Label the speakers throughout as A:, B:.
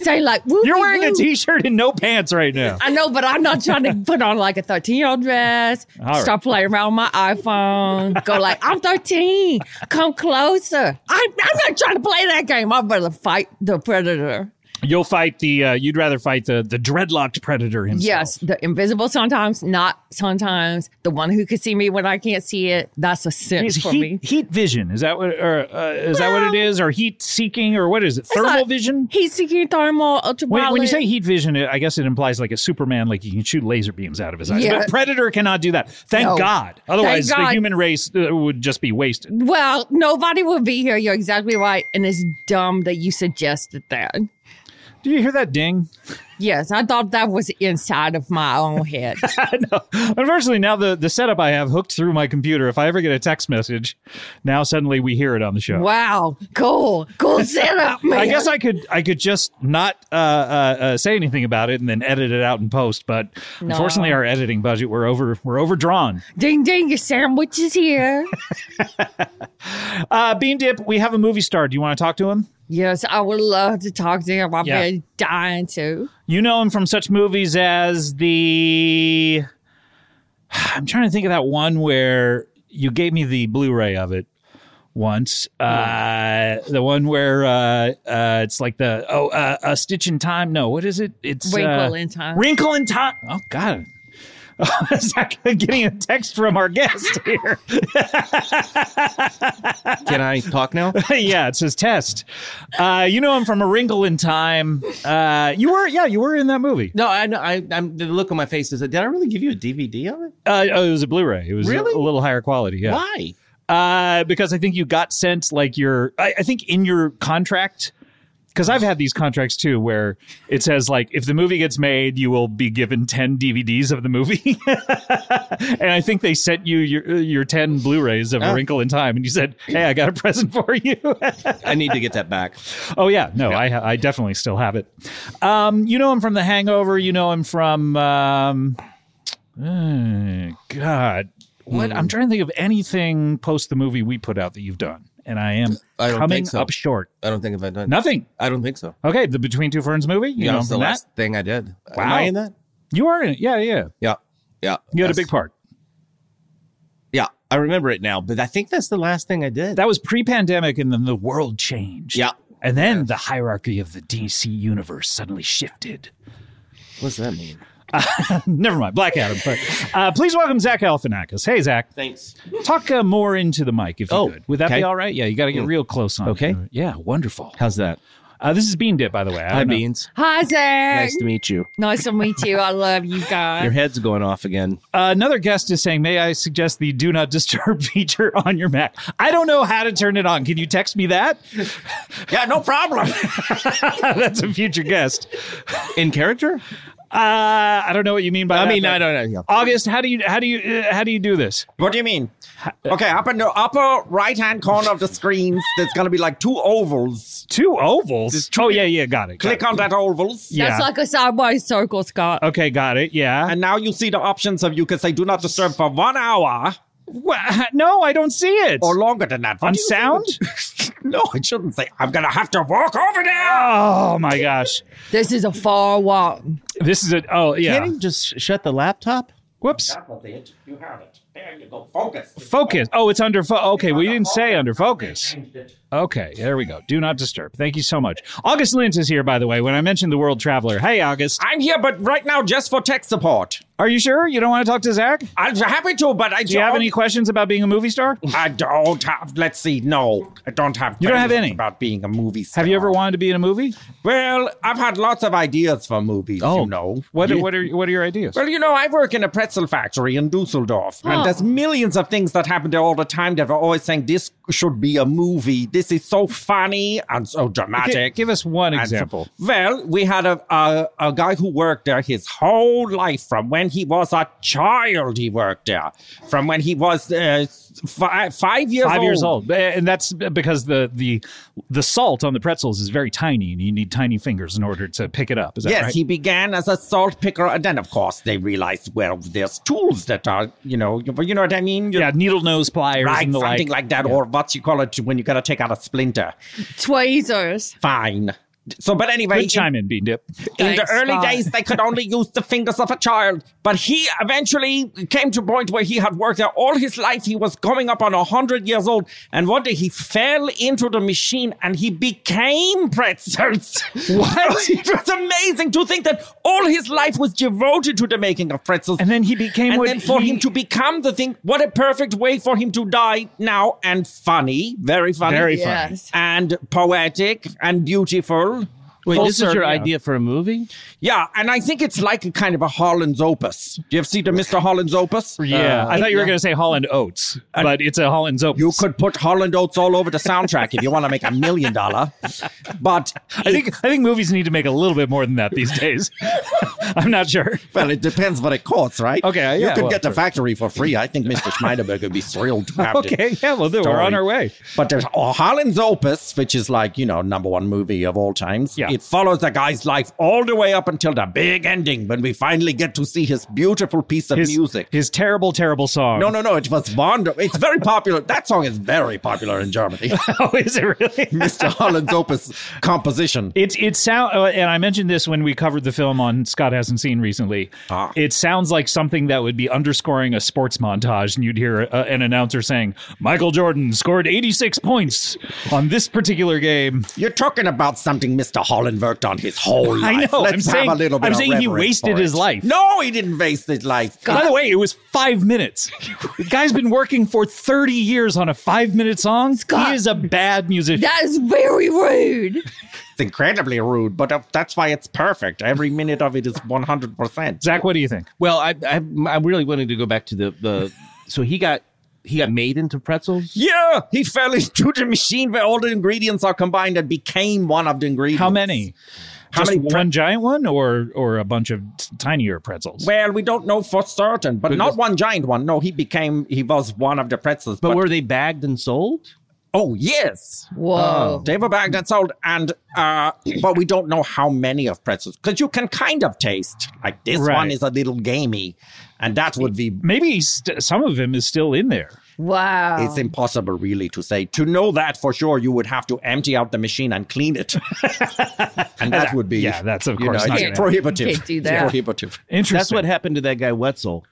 A: Say like, woo,
B: You're wearing a t-shirt and no pants right now.
A: I know, but I'm not trying to put on like a 13 year old dress,
B: All right.
A: start playing around with my iPhone, go like, I'm 13, come closer. I, I'm not trying to play that game. I'd rather fight the predator.
B: You'll fight the. Uh, you'd rather fight the the dreadlocked predator himself.
A: Yes, the invisible sometimes, not sometimes. The one who can see me when I can't see it, that's a
B: Is
A: sense for
B: heat,
A: me.
B: heat vision is that what or uh, is that what it is or heat seeking or what is it
A: It's
B: thermal
A: not-
B: vision?
A: Heat seeking thermal, ultraviolet.
B: When, when you say heat vision, it- I guess it implies like a Superman, like he can shoot laser beams out of his eyes.
A: Yeah.
B: But Predator cannot do that. Thank
A: No.
B: God. Otherwise, the
A: God.
B: human race uh, would just be wasted.
A: well, nobody would be here. You're exactly right. And it's dumb that you suggested that.
B: Do you hear that ding?
A: Yes, I thought that was inside of my own head.
B: Unfortunately, now the, the setup I have hooked through my computer, if I ever get a text message, now suddenly we hear it on the show.
A: wow, cool, cool setup, man.
B: Oh. I guess I could I could just not uh, uh, uh, say anything about it and then edit it out in post. But
A: No.
B: unfortunately, our editing budget we're over we're overdrawn.
A: ding ding, your sandwich is here.
B: Uh, Bean Dip, we have a movie star. Do you want to talk to him?
A: yes, I would love to talk to him. I've
B: Yeah.
A: been dying to.
B: You know him from such movies as the. I'm trying to think of that one where you gave me the Blu-ray of it once. Uh, the one where uh, uh, it's like the oh uh, a stitch in time. No, what is it? It's uh,
A: Wrinkle in Time.
B: Wrinkle in time. Oh God. I'm actually getting a text from our guest here.
C: Can I talk now?
B: yeah, it says test. Uh, you know him from A Wrinkle in Time. Uh, you were, yeah, you were in that movie.
C: No, I know. I, I'm the look on my face is. Did I really give you a DVD of it?
B: Uh, oh, it was a Blu-ray. It was a-
C: Really?
B: a, little higher quality. Yeah.
C: Why?
B: Uh, because I think you got sent like your. I, I think in your contract. Because I've had these contracts too, where it says like, if the movie gets made, you will be given ten DVDs of the movie, and I think they sent you your your ten Blu-rays of A
C: Oh.
B: Wrinkle in Time, and you said, "Hey, I got a present for you."
C: I need to get that back.
B: oh yeah, no, I ha- I definitely still have it. Um, you know him from The Hangover. You know him from um, uh, God. What
C: Hmm.
B: I'm trying to think of anything post the movie we put out that you've done, and I am
C: I don't
B: coming
C: think so.
B: up short.
C: I don't think I've done.
B: Nothing.
C: I don't think so.
B: Okay, the Between Two Ferns movie. You
C: yeah,
B: know him
C: it's the
B: from that.
C: last thing I did. Am
B: Wow.
C: I in that?
B: You are in it. Yeah, yeah.
C: Yeah, yeah.
B: You had a
C: That's-
B: big part.
C: Yeah, I remember it now, but I think that's the last thing I did.
B: That was pre-pandemic, and then the world changed.
C: Yeah.
B: And then the hierarchy of the DC universe suddenly shifted.
C: What's that mean?
B: Never mind, Black Adam. But uh, please welcome Zach Galifianakis. Hey, Zach.
C: Thanks.
B: Talk uh, more into the mic if you
C: Oh,
B: could. Would that
C: okay.
B: be all right? Yeah, you got to get real close on. it.
C: Okay.
B: Yeah, wonderful.
C: How's that?
B: Uh, this is Bean Dip, by the way. I
C: Hi,
B: don't know.
C: Beans.
A: Hi, Zach.
C: Nice to meet you.
A: Nice to meet you. I love you
C: Your
A: guys.
C: head's going off again.
B: Uh, another guest is saying, "May I suggest the Do Not Disturb feature on your Mac?" I don't know how to turn it on. Can you text me that?
C: Yeah, no problem.
B: That's a future guest.
C: in character?
B: Uh, I don't know what you mean by.
C: I
B: that,
C: mean,
B: but-
C: I don't know. Yeah.
B: August, how do you how do you uh, how do you do this?
D: What do you mean? Okay, up in the upper right hand corner of the screens, there's gonna be like two ovals.
B: Two ovals. Oh yeah, yeah, got it. got
D: Click
B: it.
D: on that ovals.
B: Yeah. Oh.
A: That's like a sideways circle, Scott.
B: okay, got it. Yeah.
D: And now you see the options of you can say do not disturb for one hour
B: Wha- no, I don't see it.
D: or longer than that. What
B: on
D: do you
B: sound?
D: think? No, I shouldn't say. I'm gonna have to walk over there.
B: Oh my gosh.
A: This is a far walk.
B: This is a oh yeah.
C: Can't he just shut the laptop?
B: Whoops.
D: was it. You have it. There you go. Focus.
B: Focus. Oh, it's under fo- okay. Well, you didn't say under focus. Okay, there we go. Do not disturb. Thank you so much. August Lint is here, by the way. When I mentioned the World Traveler, hey August,
D: I'm here, but right now just for tech support.
B: are you sure you don't want to talk to Zach? Do
D: I'm happy to, but I
B: you
D: don't.
B: have any questions about being a movie star?
D: I don't have. Let's see. No, I don't have.
B: You don't have
D: questions
B: any?
D: about being a movie star.
B: Have you ever wanted to be in a movie?
D: Well, I've had lots of ideas for movies,
B: Oh.
D: you know.
B: What
D: You-
B: what are what are your ideas?
D: Oh, well, you know, I work in a pretzel factory in Dusseldorf, and there's millions of things that happen there all the time that are always saying this should be a movie. This is so funny and so dramatic.
B: Gi- give us one
D: and so-
B: example.
D: Well, we had a, a a guy who worked there his whole life, from when he was a child. He worked there, from when he was uh, five, five years
B: Five
D: old.
B: years old, and that's because the the the salt on the pretzels is very tiny, and you need tiny fingers in order to pick it up. Is that
D: Yes,
B: right?
D: he began as a salt picker, and then of course they realized, well, there's tools that are, you know, you, you know what I mean? You-
B: yeah, needle nose pliers
D: right,
B: and the
D: something
B: like.
D: like that, or what you call it when you gotta take out a splinter.
A: Tweezers.
D: Fine. So, but anyway,
B: Good chime in, Bean Dip.
D: in, in the
A: Thanks,
D: early
A: Scott.
D: days they could only use the fingers of a child, but he eventually came to a point where he had worked there all his life. He was coming up on hundred years old, and one day he fell into the machine and he became pretzels. What? it was amazing to think that all his life was devoted to the making of pretzels.
B: And then he became
D: And
B: what
D: then for
B: he-
D: him to become the thing, what a perfect way for him to die now and funny, very funny,
B: Very
A: Yes.
D: and poetic and beautiful.
C: Wait,
E: Full
C: this is your
E: circle.
C: idea for a movie?
E: Yeah, and I think it's like a kind of a Holland's Opus. Do you ever see the Mr. Holland's Opus? Uh,
D: Uh,
B: Yeah, I thought you were going to say Holland Oats, but it's a Holland's Oats.
E: You could put Holland Oats all over the soundtrack if you want to make a million dollar. But
B: I think I think movies need to make a little bit more than that these days. I'm not sure.
D: Well, it depends what it costs, right?
B: Okay,
D: You
B: yeah,
D: could
B: well,
D: get the factory for free. I think Mr. Schneiderberg would be thrilled to have it.
B: yeah, well, then we're
D: Story.
B: on our way.
D: But there's oh, Holland's Opus, which is like, you know, number one movie of all times.
B: Yeah.
D: It follows the guy's life all the way up until the big ending when we finally get to see his beautiful piece of
B: His
D: music.
B: his terrible, terrible song.
D: no, no, no. It was wonderful. It's very popular. That song is very popular in Germany.
B: oh, is it really?
D: Mr. Holland's Opus composition.
B: It it sound uh, and I mentioned this when we covered the film on Scott hasn't seen recently. It sounds like something that would be underscoring a sports montage, and you'd hear uh, an announcer saying, "Michael Jordan scored 86 points on this particular game."
D: You're talking about something Mr. Holland worked on his whole life.
B: I know.
D: Let's
B: I'm
D: have
B: saying
D: a little bit
B: I'm
D: of
B: saying he
D: reverence
B: wasted
D: for
B: his
D: it.
B: life.
D: No, he didn't waste his life.
B: By the way, it was five minutes. The guy's been working for 30 years on a five minute song. He
A: Scott.
B: is a bad musician.
A: That is very rude.
D: It's incredibly rude, but uh, that's why it's perfect. Every minute of it is 100%.
B: Zach, what do you think?
C: Well, I, I I'm really wanting to go back to the the. so he got he got made into pretzels.
E: yeah,
D: He fell into the machine where all the ingredients are combined and became one of the ingredients.
B: How many?
D: How
B: Just
D: many pre-
B: one giant one or or a bunch of t- tinier pretzels?
E: well, we don't know for certain, but not
D: Not one giant one. No, he became, he was one of the pretzels.
C: But
D: But,
C: were they bagged and sold?
E: Oh, yes.
B: Oh.
D: Oh.
A: Whoa.
E: They were bagged and sold, and uh,
D: but we don't know how many of pretzels, because you can kind of taste. Like this
B: Right.
D: one is a little gamey, and that would be
B: Maybe st- some of him is still in there. Oh.
A: wow.
D: It's impossible, really, to say. To know that for sure, you would have to empty out the machine and clean it, and that would be
B: yeah, that's of
D: you
B: course not
D: it's
B: gonna-
D: prohibitive.
A: Can't do
D: It's
A: that.
D: prohibitive.
B: Interesting.
C: That's what happened to that guy Wetzel.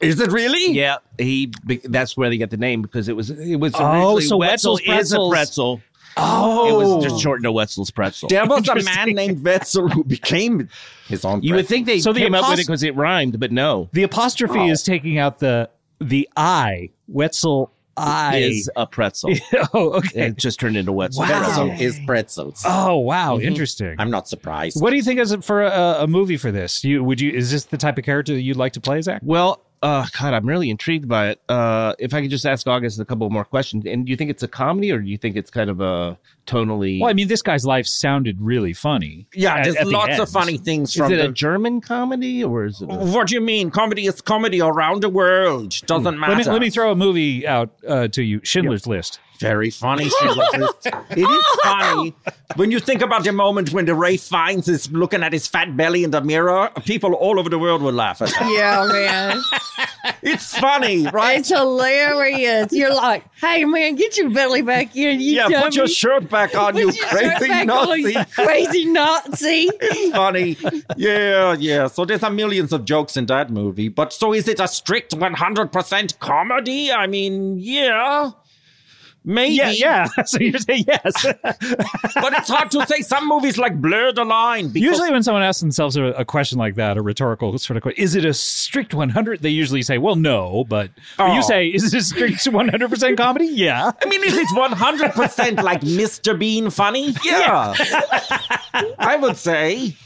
D: Is it really?
C: Yeah, he. be- That's where they got the name because it was it was
B: Oh,
C: originally
B: so
C: Wetzel
B: Wetzel's
C: is a
B: Pretzels-
C: pretzel.
B: Oh,
C: It was just shortened to Wetzel's pretzel.
D: There was a man named Wetzel who became his own.
C: You would think they
B: So the
C: came up with it
B: apost-
C: because it rhymed, but no.
B: the apostrophe is taking out the the I Wetzel I.
C: Is a pretzel.
B: oh, okay.
C: it just turned into Wetzel.
D: pretzel. pretzel is pretzels.
B: Oh, wow. Interesting.
D: I'm not surprised.
B: What do you think as a, for a, a movie for this? You would you is this the type of character that you'd like to play, Zach?
C: Well, uh, God, I'm really intrigued by it. Uh, if I could just ask August a couple more questions, and do you think it's a comedy or do you think it's kind of a tonally?
B: Well, I mean, this guy's life sounded really funny.
E: yeah,
B: at-
E: there's
B: at the
E: lots
B: end.
E: of funny things
C: is
E: from
C: it
E: the
C: a German comedy or is it? A,
E: What do you mean? Comedy is comedy around the world. Doesn't matter.
B: Let me, let me throw a movie out uh, to you. Schindler's List.
D: Very funny. she was-
E: It is funny when you think about the moment when the Ray finds is looking at his fat belly in the mirror. People all over the world would laugh at that.
A: yeah, man.
E: It's funny, right?
A: It's hilarious. You're like, hey, man, get your belly back in. You
E: Yeah, put your
A: dummy.
E: shirt back on,
A: Put
E: you
A: your shirt
E: crazy
A: back on, you
E: Nazi.
A: Crazy Nazi.
E: funny. Yeah, yeah. So there's a millions of jokes in that movie. But so is it a strict 100% comedy? I mean, yeah. Maybe.
B: Yeah, yeah. so you say yes.
E: But it's hard to say. Some movies like blur the line. Because
B: usually, when someone asks themselves a, a question like that, a rhetorical sort of question, is it a strict 100? They usually say, well, no, but but
E: Oh.
B: you say, is it a strict 100% comedy? Yeah.
E: I mean, is it 100% like Mr. Bean funny? Yeah. I would say.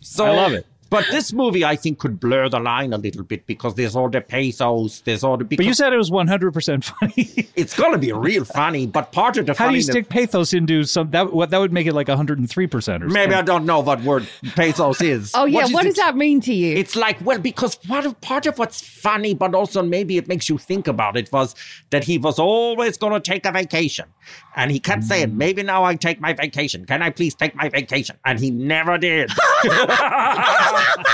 E: So,
B: I love it.
E: But this movie, I think, could blur the line a little bit because there's all the pathos, there's all the.
B: But
E: Because
B: you said it was 100% funny.
E: it's going to be real funny, but part of the
B: How do you
E: funniness-
B: stick pathos into some that what that would make it like 103% or something?
E: Maybe I don't know what word pathos is.
A: Oh, yeah. What,
E: it?
A: does that mean to you?
E: It's like, well, because part of part of what's funny, but also maybe it makes you think about it, was that he was always gonna take a vacation. And he kept
B: Mm.
E: saying, Maybe now I take my vacation. Can I please take my vacation? And he never did.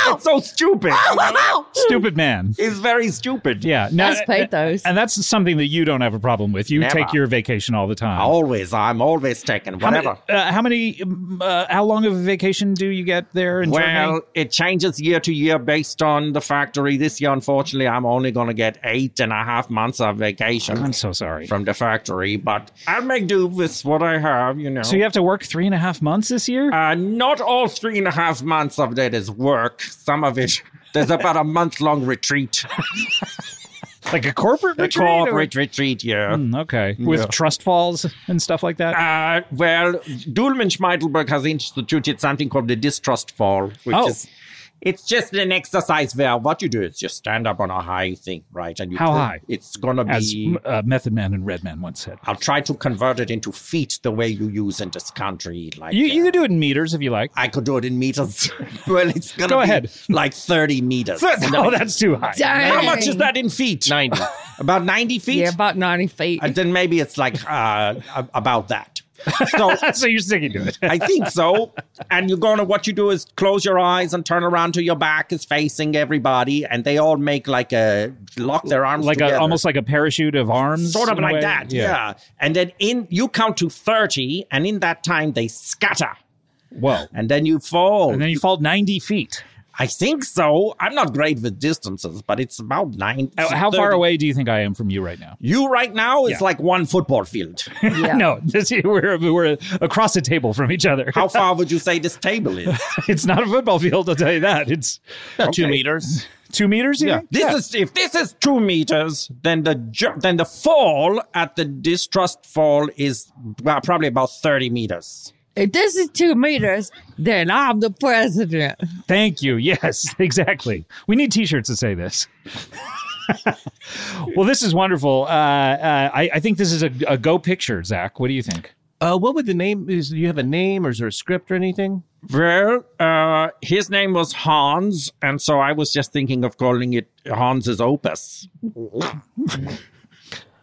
E: it's so stupid. you know?
B: Stupid man.
E: It's very stupid.
B: Yeah, no,
A: That's pathos.
B: uh, and that's something that you don't have a problem with. You
E: Never. Oh,
B: take your vacation all the time.
E: Always, I'm always taking
B: how many,
E: whatever.
B: uh, how many? um, Uh, how long of a vacation do you get there in Germany?
E: Well, it changes year to year based on the factory. This year, unfortunately, I'm only going to get eight and a half months of vacation.
B: I'm so sorry.
E: from the factory, but I'll make do with what I have, you know.
B: so you have to work three and a half months this year.
E: uh, not all three and a half months of that is work. Some of it, there's about a month long retreat.
B: like a corporate
D: A
B: retreat. or-
D: corporate retreat, yeah.
B: Mm, okay, with trust falls and stuff like that.
D: Uh, well, Dulman Schmeidelberg has instituted something called the distrust fall, which
B: Oh.
D: is it's just an exercise where what you do is just stand up on a high thing, right? And you
B: How
D: put-
B: high?
D: It's gonna
B: As
D: be.
B: uh, Method Man and Red Man once said,
D: I'll try to convert it into feet the way you use in this country. Like
B: you you
D: uh,
B: can do it in meters if you like.
D: I could do it in meters. well, it's gonna
B: Go
D: be
B: ahead.
D: like thirty meters.
B: oh, that's too high.
A: Dang.
D: How much is that in feet?
C: 90.
D: About ninety feet.
A: Yeah, about 90 feet.
D: and then maybe it's like uh, a- about that. So
B: so you're sticking to it.
D: I think so. And you're going to what you do is close your eyes and turn around to your back is facing everybody, and they all make like a lock their arms
B: like
D: together.
B: a, almost like a parachute of arms,
D: sort of
B: in a
D: like
B: way.
D: that. Yeah. And then in you count to thirty, and in that time they scatter,
B: Whoa.
D: and then you fall.
B: And then you fall 90 feet.
D: I think so. I'm not great with distances, but it's about nine.
B: How- Oh, How far
D: 30.
B: away do you think I am from you right now?
D: You right now is
B: Yeah.
D: like one football field.
A: yeah.
B: No, this, we're, we're across the table from each other.
D: How far would you say this table is?
B: It's not a football field, I'll tell you that. It's
C: Two meters.
B: two meters. you think?
D: This is if this is two meters, then the ju- then the fall at the distrust fall is well, probably about thirty meters.
A: If this is two meters, then I'm the president.
B: Thank you. Yes, exactly. We need T-shirts to say this. well, this is wonderful. Uh, uh, I, I think this is a, a go picture, Zach. What do you think?
C: Uh, what would the name is? Do you have a name or is there a script or anything?
D: Well, uh, his name was Hans, and so I was just thinking of calling it Hans's Opus.
B: I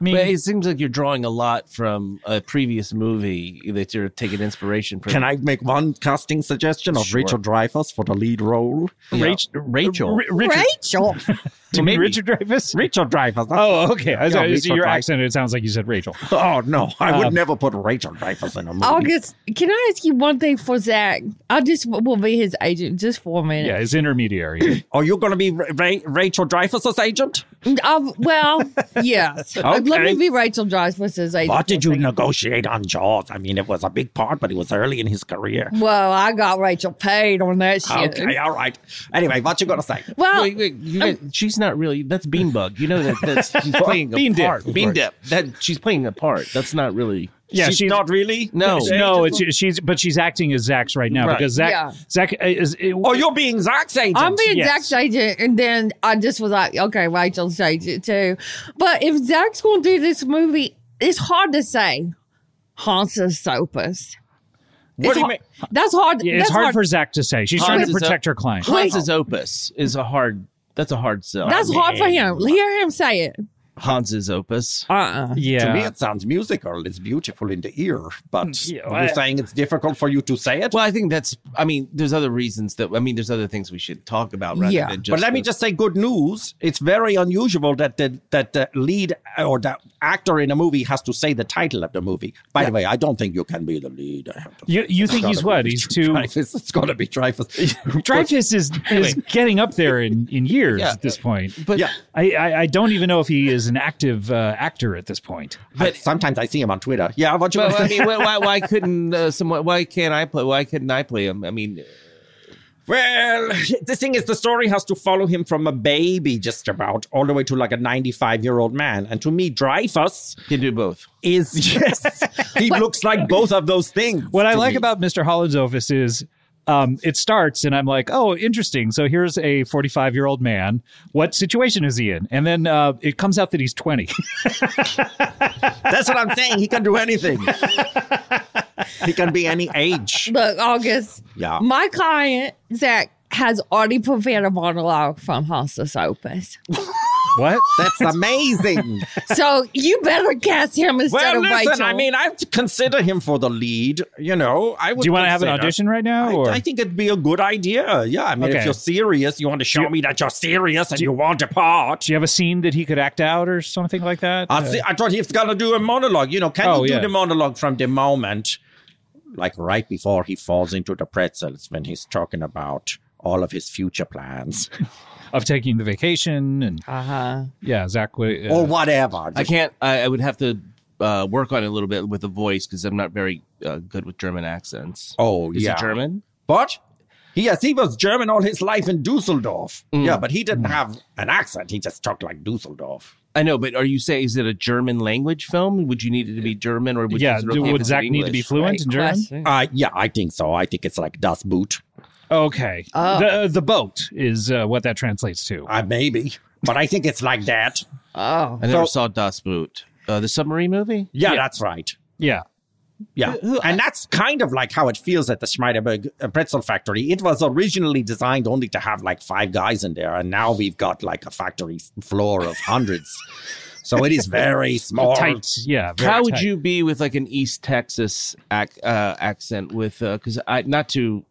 B: mean,
C: But it seems like you're drawing a lot from a previous movie that you're taking inspiration from.
D: Can I make one casting suggestion of Richard Dreyfuss for the lead role?
C: Rach- Rachel.
B: R- Richard,
A: Rachel.
B: do you mean
C: maybe.
B: Richard Dreyfus.
D: Richard Dreyfuss.
B: Oh, okay. I was-
D: Yeah,
B: I was-
D: Richard
B: your
D: Dreyfuss.
B: accent, it sounds like you said Rachel.
D: Oh no, I would never put Rachel Dreyfuss in a movie.
A: August, can I ask you one thing for Zach? I just will be his agent just for a
B: Yeah,
A: minute.
B: his intermediary.
D: Are you going to be Ra- Ra- Rachel Dreyfuss's agent?
A: Um, well, yes. Let
D: Okay.
A: me be Rachel Dreyfuss's agent.
D: What
A: for a
D: did you
A: second.
D: negotiate on Jaws? I mean, it was a big part, but it was early in his career.
A: Well, I got Rachel paid on that shit.
D: Okay, all right. Anyway, what you gonna say?
A: Well,
C: Wait, wait, you guys, she's not really. That's Beanbug. You know that that's she's playing a
B: Bean dip.
C: part. Bean dip. That she's playing a part. That's not really.
B: Yeah,
D: she's,
B: she's-
D: not really.
C: No.
B: no, it's, she's but she's acting as Zach's right now
C: Right.
B: because Zach
A: Yeah.
B: Zach uh, is. It,
D: Oh, you're being Zach's agent.
A: I'm being
B: yes.
A: Zach's agent, and then I just was like, okay, Rachel's agent too. But if Zach's going to do this movie, it's hard to say. Hansa's Sopus.
D: what do you mean?
A: That's hard.
B: Yeah, it's
A: that's
B: hard, for Zach to say. She's trying to
C: Hans is a-
B: protect her client.
C: Hans's opus is a hard. That's a hard sell.
A: That's hard for him. Hear him say it.
C: Hans's opus.
A: Uh uh
B: Yeah.
D: To me, it sounds musical. It's beautiful in the ear, but
B: Yeah,
D: you're
B: I-
D: saying it's difficult for you to say it.
C: Well, I think that's. I mean, there's other reasons that. I mean, there's other things we should talk about rather
A: Yeah.
C: than just.
D: but let me
C: the-
D: just say good news. It's very unusual that the that the lead or the actor in a movie has to say the title of the movie. By the way, I don't think you can be the lead. I have to-
B: You you think
D: gotta
B: he's what?
D: be
B: He's too.
D: Dreyfus. It's got to be Dreyfus.
B: Dreyfus is is getting up there in in years
C: Yeah.
B: at this point.
C: But
D: Yeah.
B: I, I I don't even know if he is an active uh, actor at this point.
D: But sometimes I see him on Twitter. Yeah, what you
C: But, I
D: gonna say?
C: mean, why, why, why couldn't uh, someone? Why can't I play? Why couldn't I play him? I mean,
D: Well, the thing is, the story has to follow him from a baby, just about, all the way to like a 95 year old man. And to me, Dreyfus
C: can do both.
D: is, yes, he looks like both of those things.
B: What I
D: to
B: like
D: me.
B: about Mr. Holland's office is. Um, it starts and I'm like, oh, interesting. So here's a 45 year old man. What situation is he in? And then uh, it comes out that he's 20.
D: that's what I'm saying. He can do anything, he can be any age.
A: Look, August.
D: Yeah.
A: My client Zach has already prepared a monologue from Hansa's Opus,
B: what?
D: That's amazing.
A: so you better cast him instead
D: well,
A: of
D: listen,
A: Rachel.
D: I mean, I consider him for the lead. You know, I would.
B: Do you want to have an
D: consider-
B: audition right now?
D: I,
B: Or?
D: I think it'd be a good idea. Yeah, I mean,
B: Okay.
D: if you're serious, you want to show me that you're serious and you, want a part.
B: Do you have a scene that he could act out or something like that? Uh,
D: I, thi- I thought he was gonna do a monologue. You know, can
B: Oh,
D: you do
B: yeah.
D: the monologue from the moment, like right before he falls into the pretzels when he's talking about all of his future plans
B: of taking the vacation and
A: uh huh.
B: yeah, Zach. would- Uh,
D: or whatever?
C: I can't. I, I would have to uh, work on it a little bit with the voice because I'm not very uh, good with German accents.
D: Oh,
C: is
D: yeah.
C: he German?
D: But he, yes, he was
C: Mm.
D: German all his life in Dusseldorf. Yeah, but he didn't have an accent. He just talked like Dusseldorf.
C: I know, but are you saying is it a German language film? Would you need it to be German, or would
B: yeah,
C: just-
B: do,
C: if
B: would
C: it's
B: Zach
C: in
B: need to be
C: English?
B: fluent
A: Great
B: in German?
A: question.
D: Uh, yeah, I think so. I think it's like Das Boot.
B: Okay,
A: Oh.
B: the uh, the boat is uh, what that translates to.
D: Uh, maybe. But I think it's like that.
A: Oh,
C: I never
D: So-
C: saw Das Boot, uh, the submarine movie.
D: Yeah,
B: Yeah.
D: that's right.
B: yeah,
D: Yeah. and that's kind of like how it feels at the Schmeiderberg uh, Pretzel Factory. It was originally designed only to have like five guys in there, and now we've got like a factory s- floor of hundreds. so it is very small.
B: tight. Yeah, very
C: How would
B: tight.
C: you be with like an East Texas ac- uh, accent? With because I not to,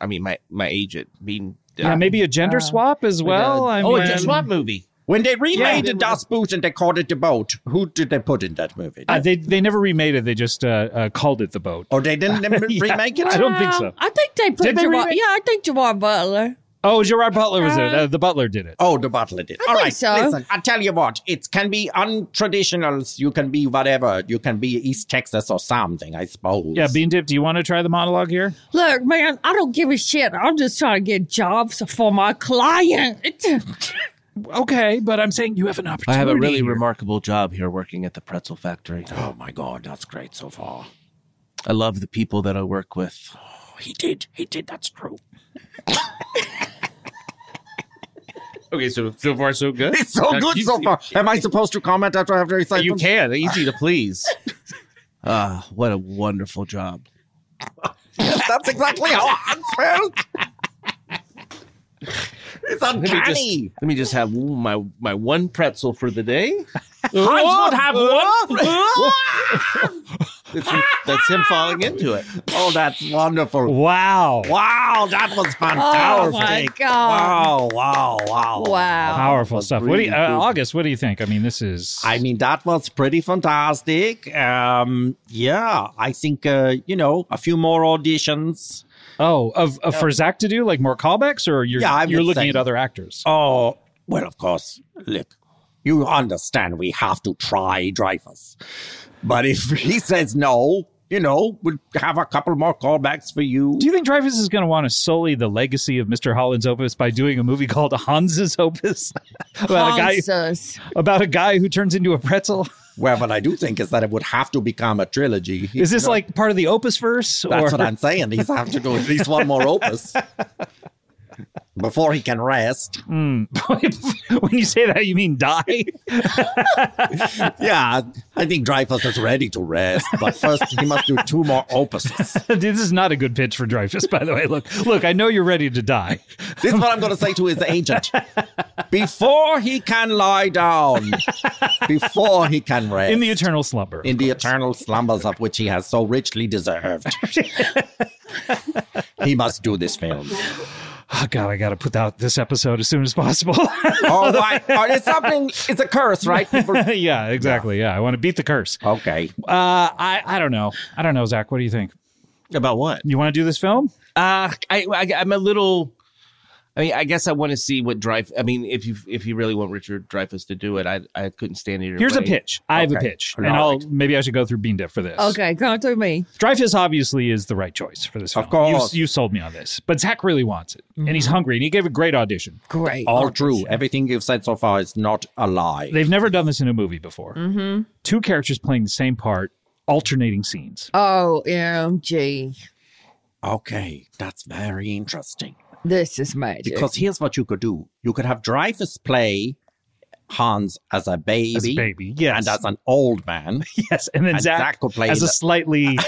C: I mean my my age at being uh,
B: Yeah, maybe a gender swap as well. I
C: oh,
B: mean,
C: a James Bond movie.
D: When they
B: Yeah.
D: remade the Das Boot and they called it the boat, who did they put in that movie?
B: uh, they they never remade it. They just uh, uh, called it the boat.
D: or they didn't rem- remake it?
B: I don't think so.
A: Um, I think they put
B: Did they
A: Gerard.
B: remake-
A: yeah, I think Gerard Butler.
B: Oh, Gerard Butler was there. Uh, the Butler did it.
D: Oh, the butler did.
A: I
D: All
A: think
D: right,
A: so.
D: listen. I tell you what, it can be untraditional. You can be whatever. You can be East Texas or something, I suppose.
B: Yeah, Bean Dip, do you want to try the monologue here?
A: Look, man, I don't give a shit. I'm just trying to get jobs for my client.
B: Okay, but I'm saying you have an
C: I
B: opportunity.
C: have a really
B: here.
C: remarkable job here working at the pretzel factory.
D: oh my God, that's great so far. Oh,
C: I love the people that I work with.
D: He did. He did. That's true.
C: Okay, so so far so good.
D: It's so good so far. Am I supposed to comment after after it's like
C: You can easy to please. Ah, what a wonderful job.
D: That's exactly how I felt. It's
C: Let me, just,
D: uncanny.
C: let me just have my my one pretzel for the day.
E: I would have one.
C: That's, that's him falling into it.
D: Oh, that's wonderful.
B: Wow.
C: Oh.
D: Wow, that was
A: Oh, my
D: fantastic.
A: God.
D: Wow, wow, wow.
A: Wow.
B: Powerful stuff. What do you,
C: really
B: uh,
C: good.
B: August, what do you think? I mean, this is.
D: I mean, that was pretty fantastic. Um, yeah, I think, uh, you know, a few more auditions.
B: oh, of, of for Zach to do like more callbacks, or you're
D: Yeah, I
B: you're
D: would
B: looking
D: say-
B: at other actors.
D: Oh, well, of course, look, you understand we have to try Dreyfus. But if he says no, you know, we'll have a couple more callbacks for you.
B: Do you think Dreyfus is going to want to sully the legacy of Mr. Holland's Opus by doing a movie called Hans's Opus about a guy
A: Jesus.
B: about a guy who turns into a pretzel?
D: Well, what I do think is that it would have to become a trilogy.
B: Is this like part of the Opus verse?
D: That's
B: or
D: what I'm saying. He's have to do at least one more opus before he can rest.
B: when you say that, you mean die?
D: Yeah, I think Dreyfus is ready to rest, but first he must do two more opuses.
B: this is not a good pitch for Dreyfus, by the way. Look, look, I know you're ready to die.
D: This is what I'm going to say to his agent. Before he can lie down, before he can rest.
B: In the eternal slumber.
D: in the eternal slumbers of which he has so richly deserved. he must do this film.
B: oh, God, I got to put out this episode as soon as possible.
D: Oh, why? Oh, it's something, it's a curse, right? People,
B: yeah, exactly. Yeah, I want to beat the curse. Uh,
D: okay.
B: I, I don't know. I don't know, Zach. What do you think?
C: About what?
B: You want to do this film?
C: Uh, I, I I'm a little. I mean, I guess I want to see what Dreyf. I mean, if you if you really want Richard Dreyfus to do it, I I couldn't stand it. either
B: Here's a
C: way.
B: pitch. I have a
D: Okay.
B: pitch, and I'll maybe I should go through Bean Dip for this.
A: Okay, come through me.
B: Dreyfus obviously is the right choice for this film.
D: Of course.
B: you, you sold me on this, but Zach really wants it, and he's hungry, and he gave a great audition.
A: Great.
D: All true. Everything you've said so far is not a lie.
B: They've never done this in a movie before. Mm-hmm. Two characters playing the same part, alternating scenes.
A: Oh, OMG.
D: Okay, that's very interesting.
A: This is magic.
D: Because here's what you could do you could have Dreyfus play Hans as a baby,
B: As a baby, yes,
D: and as an old man.
B: yes, and then
D: and
B: Zach,
D: Zach could play
B: as a
D: the-
B: slightly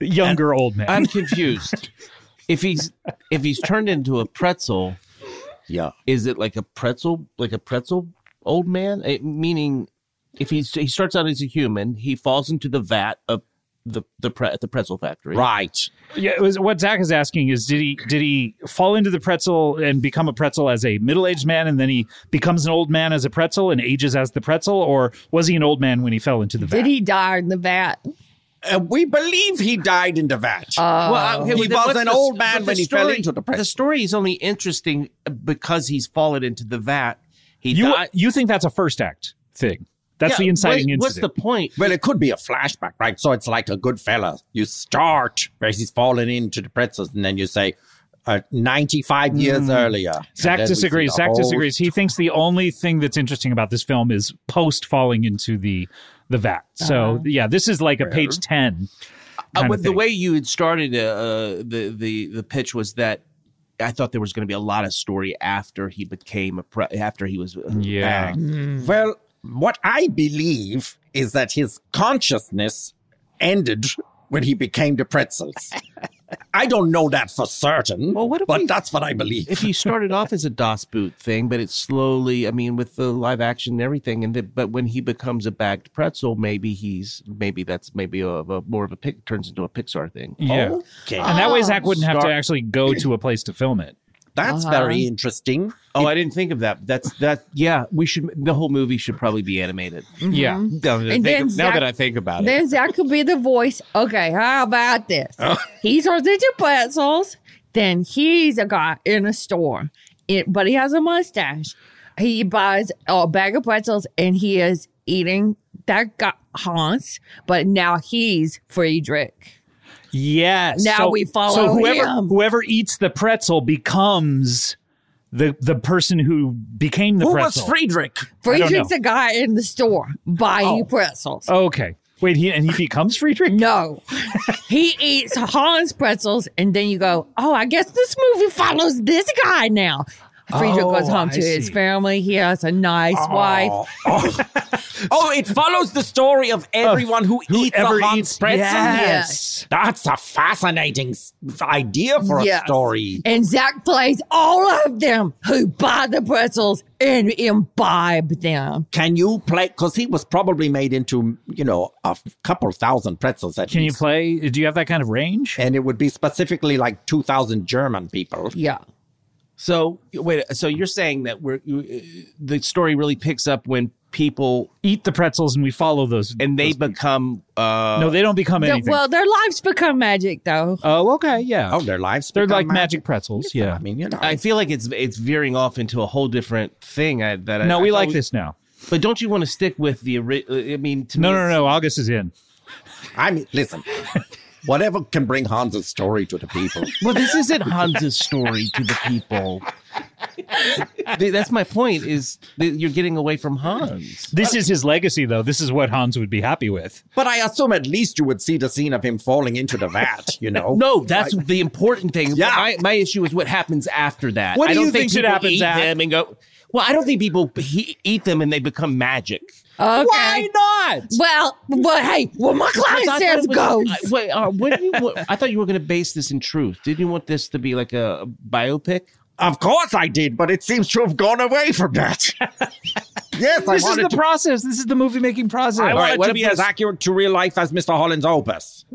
B: younger old man.
C: I'm confused. if he's if he's turned into a pretzel,
D: yeah.
C: is it like a pretzel like a pretzel old man? It, meaning, if he's he starts out as a human, he falls into the vat of the the pre, at the pretzel factory.
D: Right.
B: yeah, it was, what Zach is asking is, did he did he fall into the pretzel and become a pretzel as a middle aged man, and then he becomes an old man as a pretzel and ages as the pretzel, or was he an old man when he fell into the vat?
A: Did he die in the vat?
D: Uh, we believe he died in the vat.
B: Uh,
A: Uh,
C: Well, uh, okay,
D: He
C: well, then
D: was
C: what's
D: an
C: the-
D: old man
C: but the
D: when he fell
C: story-
D: into the
C: The
D: press.
C: story is only interesting because he's fallen into the vat. He
B: You
C: died.
B: you think that's a first act thing? That's
C: Yeah,
B: the inciting
C: what- What's
B: incident.
C: the point?
D: Well, it could be a flashback, right? So it's like a good fella. You start where he's fallen into the pretzels, and then you say, uh, 95 years earlier. And
B: Hmm. Zach
D: then we see
B: disagrees.
D: the
B: Zach
D: whole-
B: disagrees. He thinks the only thing that's interesting about this film is post falling into the the vat.
A: Uh-huh.
B: So yeah, this is like a page ten.
C: Uh,
B: kind of
C: with the
B: thing.
C: way you had started uh, uh, the the the pitch was that I thought there was going to be a lot of story after he became a pre- after he was uh,
B: Yeah.
C: back.
D: Well, what I believe is that his consciousness ended when he became the pretzels. I don't know that for certain,
C: Well, what if
D: but
C: we-
D: that's what I believe.
C: If he started off as a Das Boot thing, but it slowly, I mean, with the live action and everything, and the, but when he becomes a bagged pretzel, maybe he's maybe that's maybe a, a more of a pic turns into a Pixar thing.
B: Yeah.
D: Okay,
B: And that way Zach wouldn't have to
C: Start-
B: actually go to a place to film it.
D: that's
B: uh-huh.
D: very interesting.
C: Oh, I didn't think of that. That's that. Yeah, we should. The whole movie should probably be animated.
A: Mm-hmm.
B: Yeah.
C: Now that I think
A: And then
C: of- now
A: Zac-
C: that I think about it,
A: Then Zach could be the voice. Okay, how about this? he turns into pretzels. Then he's a guy in a store, it, but he has a mustache. He buys a bag of pretzels and he is eating that guy Hans, but now he's Friedrich.
B: Yes.
A: Now we follow
B: So whoever
A: him.
B: whoever eats the pretzel becomes the the person who became the
E: Who was
B: pretzel.
E: Friedrich?
A: Friedrich's
B: know.
A: a guy in the store buying pretzels.
B: Okay. Wait, he and he becomes Friedrich?
A: No, he eats Hans pretzels, and then you go, "Oh, I guess this movie follows this guy now." Friedrich
B: Oh,
A: goes home
B: I
A: to his
B: see.
A: family. He has a nice wife.
E: Oh, it follows the story of
D: Uh,
E: everyone who eats
B: Whoever
E: a Hans
B: eats
E: pretzel.
B: Yes.
D: That's a fascinating s- idea for
A: Yes.
D: a story.
A: And Zach plays all of them who buy the pretzels and imbibe them.
D: Can you play? Because he was probably made into, you know, a f- couple thousand pretzels at
B: Can you
D: least.
B: play? Do you have that kind of range?
D: and it would be specifically like 2,000 German people.
A: Yeah.
C: So wait, so you're saying that we're you, uh, the story really picks up when people
B: Eat the pretzels and we follow those.
C: and they become uh
B: no, they don't become
A: Their-
B: anything.
A: well, their lives become magic, though.
B: oh, okay. Yeah.
D: Oh, their lives.
B: They're
D: become
B: like magic pretzels. Yeah.
D: I mean, you know.
C: I feel like it's it's veering off into a whole different thing. I, that I,
B: No,
C: I
B: we
C: thought
B: like this now.
C: but don't you want to stick with the original? I mean, to
B: No,
C: me,
B: no,
C: it's-
B: no. August is in.
D: I mean, listen, whatever can bring Hans's story to the people.
C: Well, this isn't Hansa's story to the people. Th- That's my point. Is that you're getting away from Hans?
B: This is his legacy, though. This is what Hans would be happy with.
D: But I assume at least you would see the scene of him falling into the vat, you know?
C: No, that's the important thing.
D: Yeah.
C: My, my issue is what happens after that.
B: What do
C: I don't
B: you think should
C: people
B: happen,
C: Eat
B: Zach?
C: them and go. Well, I don't think people he, eat them and they become magic.
A: Okay.
C: Why not?
A: Well, well, hey, well, my client
C: I thought
A: says
C: it was-
A: goes.
C: I- wait, uh, what do you, what, I thought you were going to base this in truth. Didn't you want this to be like a biopic?
D: Of course I did, but it seems to have gone away from that. yes, I
B: This is
D: wanted
B: the
D: to.
B: process. This is the movie making process.
D: I wanted
C: right, what
D: to
C: if
D: be
C: this-
D: as accurate to real life as Mr. Holland's opus.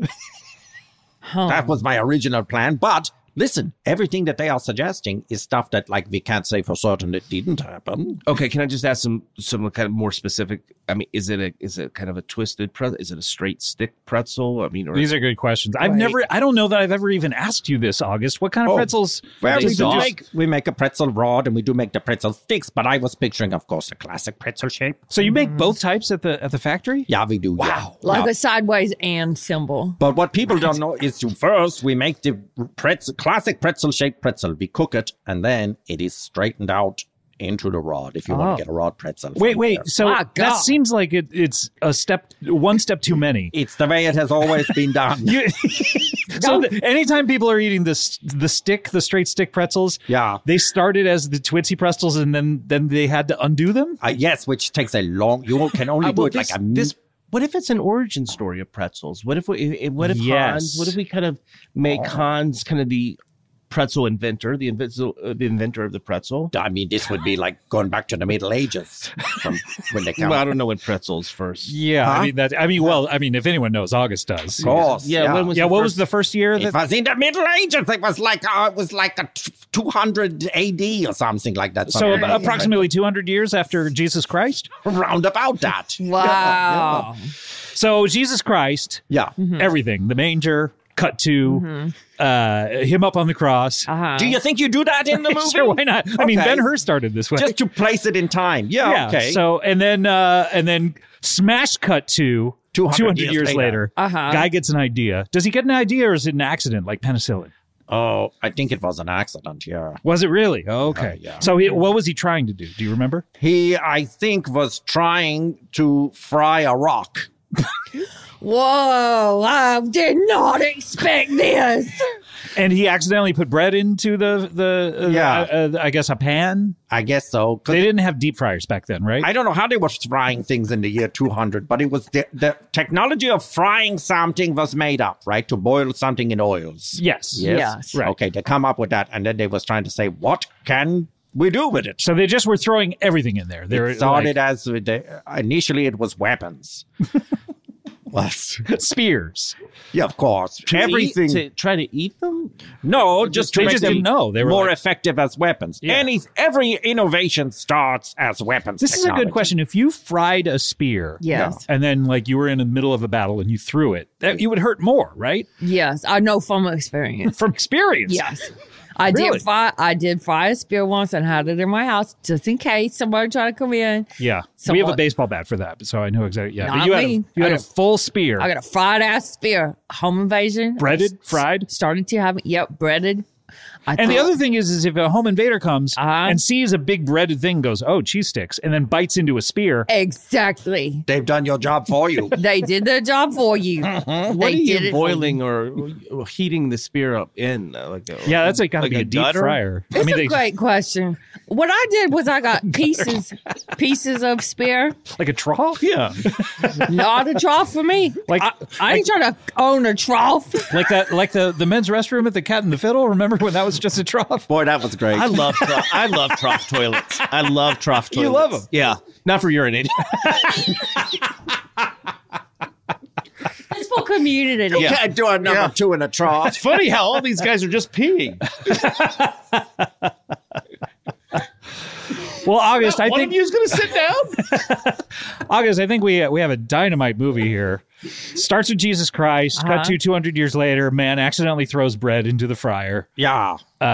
D: That was my original plan. But listen, everything that they are suggesting is stuff that, like, we can't say for certain it didn't happen.
C: Okay, can I just ask some some kind of more specific? I mean, is it a is it kind of a twisted pretzel? Is it a straight stick pretzel? I mean, or
B: These are good questions. I've never, I don't know that I've ever even asked you this, August. What kind of
D: Oh,
B: pretzels?
D: Well,
B: Just
D: we do
B: soft.
D: make we make a pretzel rod and we do make the pretzel sticks, but I was picturing, of course, the classic pretzel shape.
B: So you make both types at the at the factory?
D: Yeah, we do. Wow.
A: Like a sideways and symbol.
D: But what people don't know is you first we make the pretzel, classic pretzel shaped pretzel. We cook it and then it is straightened out into the rod if you
C: Oh.
D: want to get a rod pretzel.
B: Wait,
D: from
B: wait.
D: there.
B: So
A: My God.
B: that seems like it, it's a step, one step too many.
D: It's the way it has always been done.
B: You, so the, anytime people are eating this, the stick, the straight stick pretzels,
D: Yeah.
B: they started as the Twitzy pretzels, and then then they had to undo them.
D: Uh, yes, which takes a long. You can only
C: Uh,
D: do
C: well,
D: it
C: this,
D: like a
C: this- What if it's an origin story of pretzels? What if we? i- i- What if
B: Yes. Oh.
C: Hans? What if we kind of make Hans kind of the pretzel inventor, the inventor, uh, the inventor of the pretzel?
D: I mean, this would be like going back to the Middle Ages from when they came.
C: Well, I don't know when pretzels first.
B: Yeah,
D: Huh?
B: I mean that. I mean, well, I mean, if anyone knows, August does.
D: Of course,
C: Yeah, when was
B: Yeah,
C: the
B: what
C: first-
B: was the first year
D: It
B: that?
D: was in the Middle Ages. It was like uh, it was like a t- 200 AD or something like that.
B: So
D: something
B: ab-
D: like that.
B: approximately 200 years after Jesus Christ.
D: round about that.
A: Wow.
B: So Jesus Christ,
D: Yeah.
B: everything, the manger, cut to uh, him up on the cross.
A: Uh-huh.
E: Do you think you do that in the movie?
B: Sure, why not? I mean,
D: Okay.
B: Ben Hur started this way.
D: Just to place it in time. Yeah.
B: yeah.
D: okay.
B: So and then uh, and then smash cut to
D: 200
B: 200 years,
D: years
B: later.
D: later.
A: Uh-huh.
B: Guy gets an idea. Does he get an idea or is it an accident like penicillin?
D: Oh, I think it was an accident. Yeah.
B: Was it really? Oh, okay.
D: Yeah, yeah.
B: So he, what was he trying to do? Do you remember?
D: He, I think, was trying to fry a rock.
A: Whoa, I did not expect this.
B: And he accidentally put bread into the the uh,
D: Yeah.
B: uh, uh, I guess a pan.
D: I guess so. 'cause
B: They didn't have deep fryers back then, right?
D: I don't know how they were frying things in the year 200, but it was the, the technology of frying something was made up, right? To boil something in oils.
B: yes.
A: Yes.
B: Right.
D: Okay, they come up with that, and then they was trying to say, what can we do with it?
B: So they just were throwing everything in there. They were
D: It started
B: like,
D: as with the, initially it was weapons. Was
B: spears.
D: yeah, of course. Everything.
C: to try to eat them.
E: No, just to
B: They
E: make
B: just
E: them
B: didn't know. They were
E: more
B: like-
E: effective as weapons.
B: Yeah.
E: Any every innovation starts as weapons.
B: This is a good
E: technology.
B: question. If you fried a spear,
A: Yes.
B: and then like you were in the middle of a battle and you threw it, that you would hurt more, right?
A: Yes, I know from experience.
B: From experience.
A: Yes. I
B: Really?
A: did fry I did fry a spear once and had it in my house just in case somebody tried to come in.
B: Yeah.
A: So
B: we have a
A: what-
B: baseball bat for that, so I know exactly. Yeah. but
A: Not
B: you had, a,
A: me.
B: you had
A: I
B: a
A: got-
B: full spear.
A: I got a fried ass spear. Home invasion.
B: Breaded?
A: S-
B: Fried?
A: Starting to have yep, breaded. I
B: and the
A: thought-
B: other thing is, is if a home invader comes
A: Oh. Uh-huh.
B: and sees a big breaded thing, goes, "Oh, cheese sticks," and then bites into a spear.
A: Exactly.
D: They've done your job for you.
A: They did their job for you.
C: What
B: Uh-huh.
A: They
C: are
A: did
C: you
A: it for
C: boiling or heating the spear up in? Uh, Like a,
B: Yeah, that's like got to be a, deep
C: gutter?
B: fryer. I
A: It's
B: mean,
A: a
B: they,
A: great question. What I did was I got pieces, pieces of spear.
B: like a trough. Yeah,
A: Not a trough for me.
B: Like-
A: Like I, I ain't trying to own a trough.
B: like that, like the the men's restroom at the Cat and the Fiddle. Remember when that was just a trough?
D: Boy, that was great.
C: I love trough, I love trough toilets. I love trough toilets.
B: You love 'em.
C: Yeah, not for urinating.
A: It's for community.
D: You can't do a number two in a trough.
C: Funny how all these guys are just peeing.
B: Well, August, I think
C: you's gonna sit down.
B: August, I think we we have a dynamite movie here. Starts with Jesus Christ. Cut
A: Uh-huh.
B: to 200 years later. Man accidentally throws bread into the fryer
E: Yeah.
B: uh,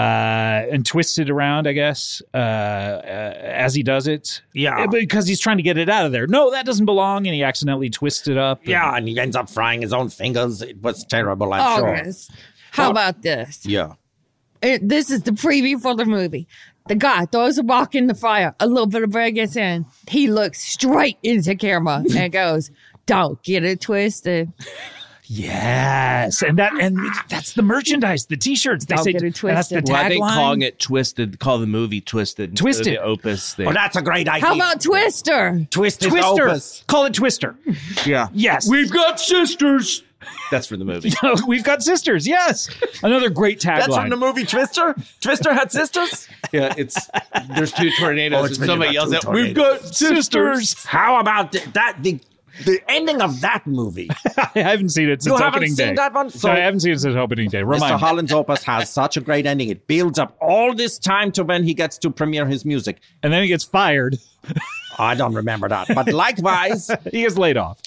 B: and twists it around. I guess uh, uh, as he does it,
E: Yeah.
B: because he's trying to get it out of there. No, that doesn't belong, and he accidentally twists it up. and-
E: Yeah.
D: and he ends up frying his own fingers. It was terrible, I'm sure.
A: August. How about this?
D: Yeah.
A: It- this is the preview for the movie. The guy throws a rock in the fire. A little bit of bread gets in. He looks straight into camera and goes, "Don't get it twisted."
B: Yes, and that and that's the merchandise, the T-shirts. They
A: Don't
B: say
A: get it
B: and that's the
A: twisted.
C: Well, I
B: tagline.
C: think calling it twisted, call the movie twisted,
B: Twisted.
C: the opus thing.
D: Well, that's a great idea.
A: How about Twister?
D: Twist is
B: Twister.
D: opus.
B: Call it Twister.
C: yeah,
B: Yes,
C: we've got sisters. That's for the movie.
B: we've got sisters. Yes, another great tagline.
D: That's from the movie Twister. Twister had sisters.
C: yeah, it's there's two tornadoes.
D: Oh, it's
C: and
D: been
C: somebody
D: about
C: yells
D: two
C: out, "We've got sisters."
D: How about th- that? The the ending of that movie.
B: I haven't seen it since
D: haven't
B: opening
D: seen
B: day.
D: that one?
B: So
D: So-
B: I haven't seen it since opening day. Remind
D: Mr.
B: me.
D: Holland's opus has such a great ending. It builds up all this time to when he gets to premiere his music.
B: and then he gets fired.
D: I don't remember that, but likewise,
B: He gets laid off.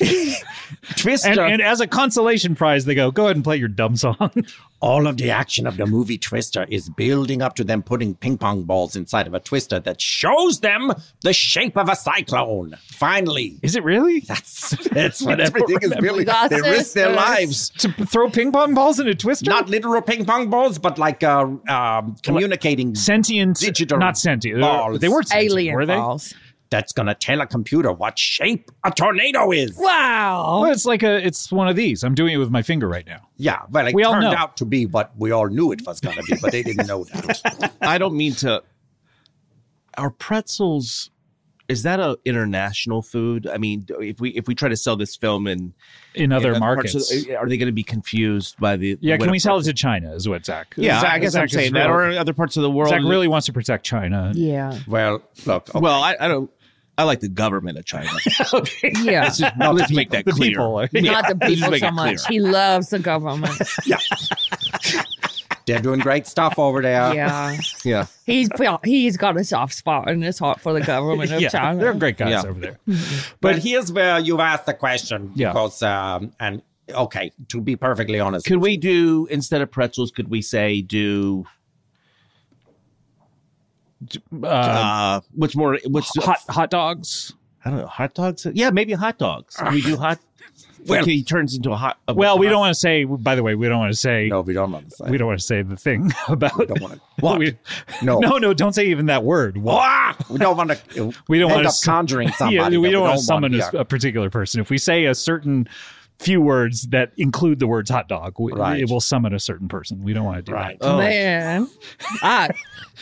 D: Twister.
B: And, and as a consolation prize, they go, "Go ahead and play your dumb song."
D: all of the action of the movie Twister is building up to them putting ping pong balls inside of a Twister that shows them the shape of a cyclone. Finally,
B: Is it really?
D: that's that's what everything is building.
A: Got
D: They risk their
A: sisters.
D: lives.
B: to throw ping pong balls in a Twister?
D: Not literal ping pong balls, but like uh, um, communicating.
B: sentient.
D: Digital
B: Not sentient. They were-
D: balls.
B: They weren't sentient,
A: Alien
B: were they?
A: balls.
D: that's going to tell a computer what shape a tornado is.
A: Wow.
B: Well, it's like a. It's one of these. I'm doing it with my finger right now.
D: Yeah, well, it
B: We all
D: turned
B: know.
D: out to be what we all knew it was going to be, but they didn't know that.
C: I don't mean to. Are pretzels? Is that a international food? I mean, if we if we try to sell this film in
B: In other
C: in
B: markets.
C: parts of- are they going to be confused by the?
B: yeah,
C: what
B: can
C: a
B: we sell it
C: pretzel-
B: to China? Is what Zach.
C: Yeah,
B: Zach,
C: I guess I'm
B: Zach is
C: saying that, or
B: really-
C: other parts of the world.
B: Zach really wants to protect China.
A: Yeah.
D: well, look, okay.
C: Well, I, I don't. I like the government of China.
B: okay.
A: Yeah.
C: Let's just let's make that
B: The
C: clear.
B: people are-
C: Yeah,
A: Not the
C: let's just
A: people
C: make
A: so
C: it
A: much.
C: clear.
A: He loves the government.
D: they're doing great stuff over there.
A: yeah.
C: Yeah,
A: He's he's got a soft spot in his heart for the government of
B: Yeah,
A: China.
B: they're great guys
C: Yeah.
B: over there.
D: But here's where you asked the question
B: Yeah.
D: because, um, and okay, to be perfectly honest,
C: Could we do instead of pretzels? Could we say do
B: Uh,
C: uh, what's more? What's
B: hot hot dogs.
C: I don't know, hot dogs? Yeah, maybe hot dogs. Can we do hot?
E: Well-
C: Okay, he turns into a hot. a-
B: Well, we
C: hot-
B: don't want to say. By the way, we don't want to say.
D: No, we don't want to say.
B: We don't want to say the thing about.
D: We don't want to. What?
B: We-
D: No.
B: no, no! Don't say even that word. What?
D: Ah, we don't want to.
B: We don't
D: end
B: wanna
D: up
B: s-
D: conjuring somebody.
B: yeah,
D: that
B: we don't want to summon
D: want
B: a, uh,
D: yeah.
B: a particular person. If we say a certain few words that include the words hot dog, we,
D: Right.
B: it will summon a certain person. We don't want to do
D: Right.
B: that.
C: Oh.
A: Man, I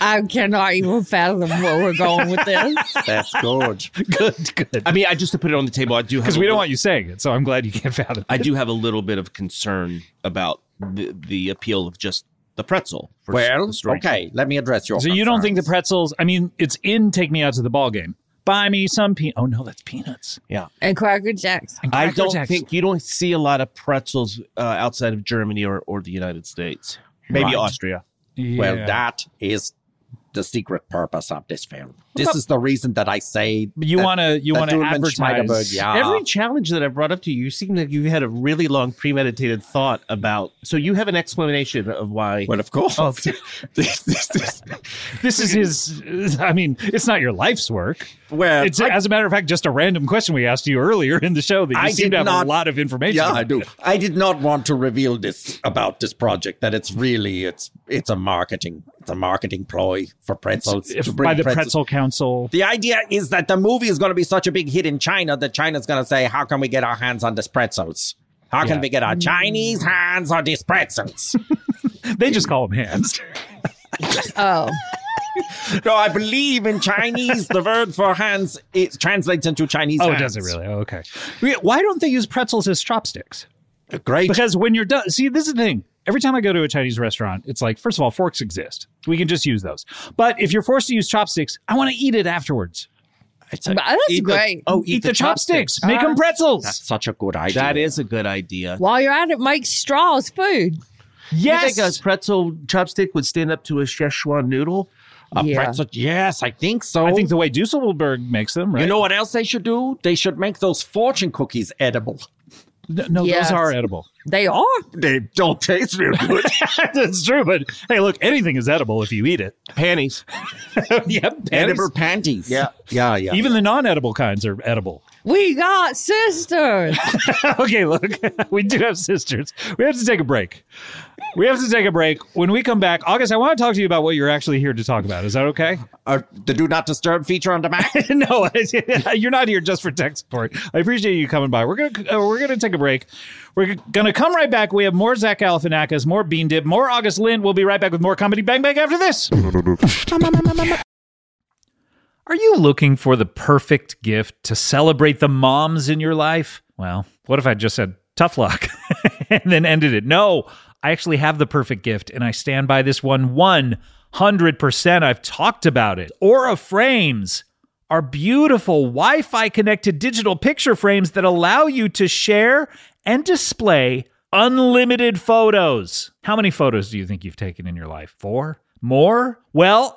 A: I cannot even fathom where we're going with this.
D: That's good.
B: good, good.
C: Oh, I mean, I just to put it on the table. I do have
B: Because
C: a
B: we don't
C: little-
B: want you saying it, so I'm glad you can't fathom.
C: I do have a little bit of concern about the the appeal of just the pretzel. For
D: Well,
C: the story.
D: okay, let me address your.
B: So you don't think the
D: concerns.
B: pretzels? I mean, it's in Take Me Out to the Ball Game. Buy me some peanuts. Oh no, that's peanuts.
A: And Cracker Jacks.
B: And
C: I
B: Cracker
C: don't
B: Jacks.
C: think you don't see a lot of pretzels uh, outside of Germany or, or the United States. Maybe
B: Right.
C: Austria.
D: Well,
B: Yeah.
D: that is the secret purpose of this film. This is the reason that I say
B: But you
D: that-
B: want to you
D: that
B: want to
D: Dulman Schmeiderberg,
B: advertise.
D: yeah.
C: Every challenge that I brought up to you, you seem like you had a really long premeditated thought about. So you have an explanation of why.
D: Well, of course.
C: Oh,
D: This- this- this-
B: This is his. I mean, it's not your life's work.
D: well,
B: It's
D: Uh, I-
B: as a matter of fact just a random question we asked you earlier in the show that you
D: I
B: seem
D: did
B: to have
D: not-
B: a lot of information.
D: yeah,
B: on.
D: I do. I did not want to reveal this about this project. That it's really it's it's a marketing it's a marketing ploy for pretzels
B: If-
D: to bring
B: by the
D: pretzels-
B: Pretzel Council.
D: The idea is that the movie is going to be such a big hit in China that China's going to say, "How can we get our hands on these pretzels? How can
B: Yeah.
D: we get our Chinese hands on these pretzels?"
B: They just call them hands.
A: Oh,
D: no, I believe in Chinese the word for hands it translates into Chinese.
B: Oh, it
D: hands.
B: doesn't really. Oh, okay. We- Why don't they use pretzels as chopsticks?
D: Great.
B: Because when you're done, see, this is the thing. Every time I go to a Chinese restaurant, it's like, first of all, forks exist. We can just use those. But if you're forced to use chopsticks, I want to eat it afterwards.
A: but that's great.
C: oh,
B: Eat, the, chopsticks. Make them pretzels.
D: That's such a good idea.
C: That is a good idea.
A: While you're at it, make straws food.
B: yes.
C: You think a pretzel chopstick would stand up to a Szechuan noodle?
B: Uh,
D: a
A: Yeah.
D: pretzel. Yes, I think so.
B: I think the way Dusselberg makes them, right?
D: You know what else they should do? They should make those fortune cookies edible.
B: N- no,
A: Yes.
B: those are edible.
A: They are.
D: They don't taste real good.
B: That's true, but hey, look, anything is edible if you eat it.
C: Panties.
B: yep,
D: Edible panties. Yeah, yeah, yeah.
B: Even the non-edible kinds are edible.
A: We got sisters.
B: okay, look, we do have sisters. We have to take a break. We have to take a break. When we come back, August, I want to talk to you about what you're actually here to talk about. Is that okay?
D: Or the do not disturb feature on the Mac.
B: no, you're not here just for tech support. I appreciate you coming by. We're gonna uh, we're gonna take a break. We're gonna come right back. We have more Zach Galifianakis, more Bean Dip, more August Lind. We'll be right back with more comedy bang bang after this. Are you looking for the perfect gift to celebrate the moms in your life? Well, what if I just said tough luck and then ended it? No, I actually have the perfect gift and I stand by this one 100%. I've talked about it. Aura Frames are beautiful Wi Fi connected digital picture frames that allow you to share and display unlimited photos. How many photos do you think you've taken in your life? Four? More? Well,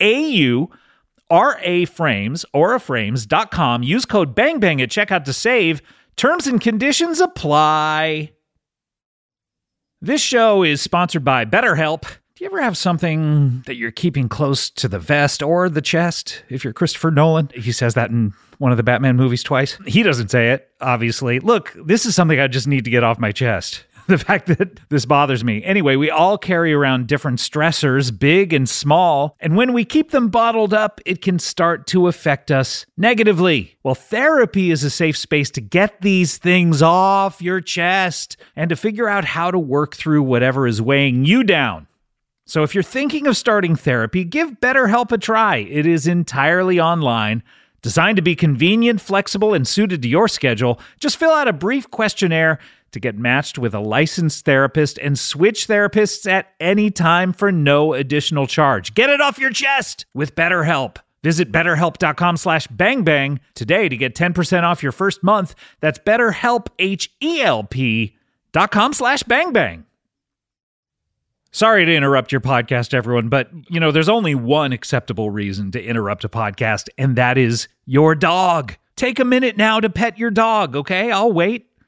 B: AU RA Frames, auraframes.com. Use code BANGBANG at checkout to save. Terms and conditions apply. This show is sponsored by BetterHelp. Do you ever have something that you're keeping close to the vest or the chest? If you're Christopher Nolan, he says that in one of the Batman movies twice. He doesn't say it, obviously. Look, this is something I just need to get off my chest. the fact that this bothers me. Anyway, we all carry around different stressors, big and small, and when we keep them bottled up, it can start to affect us negatively. Well, therapy is a safe space to get these things off your chest and to figure out how to work through whatever is weighing you down. So if you're thinking of starting therapy, give BetterHelp a try. It is entirely online, designed to be convenient, flexible, and suited to your schedule. Just fill out a brief questionnaire to get matched with a licensed therapist and switch therapists at any time for no additional charge. Get it off your chest with BetterHelp. Visit betterhelp.com slash bangbang today to get 10% off your first month. That's betterhelp, H-E-L-P dot com slash bangbang. Sorry to interrupt your podcast, everyone, but you know, there's only one acceptable reason to interrupt a podcast, and that is your dog. Take a minute now to pet your dog, okay? I'll wait.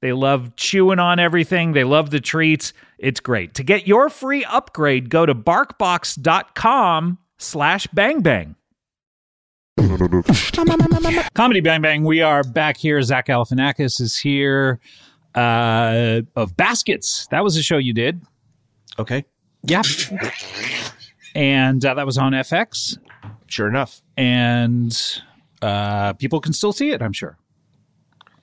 B: They love chewing on everything. They love the treats. It's great. To get your free upgrade, go to barkbox.com slash bangbang. Comedy Bang Bang, we are back here. Zach Galifianakis is here uh, of Baskets. That was a show you did,
C: Okay.
E: Yeah.
B: and uh, that was on FX,
C: Sure enough.
B: and uh, people can still see it, I'm sure.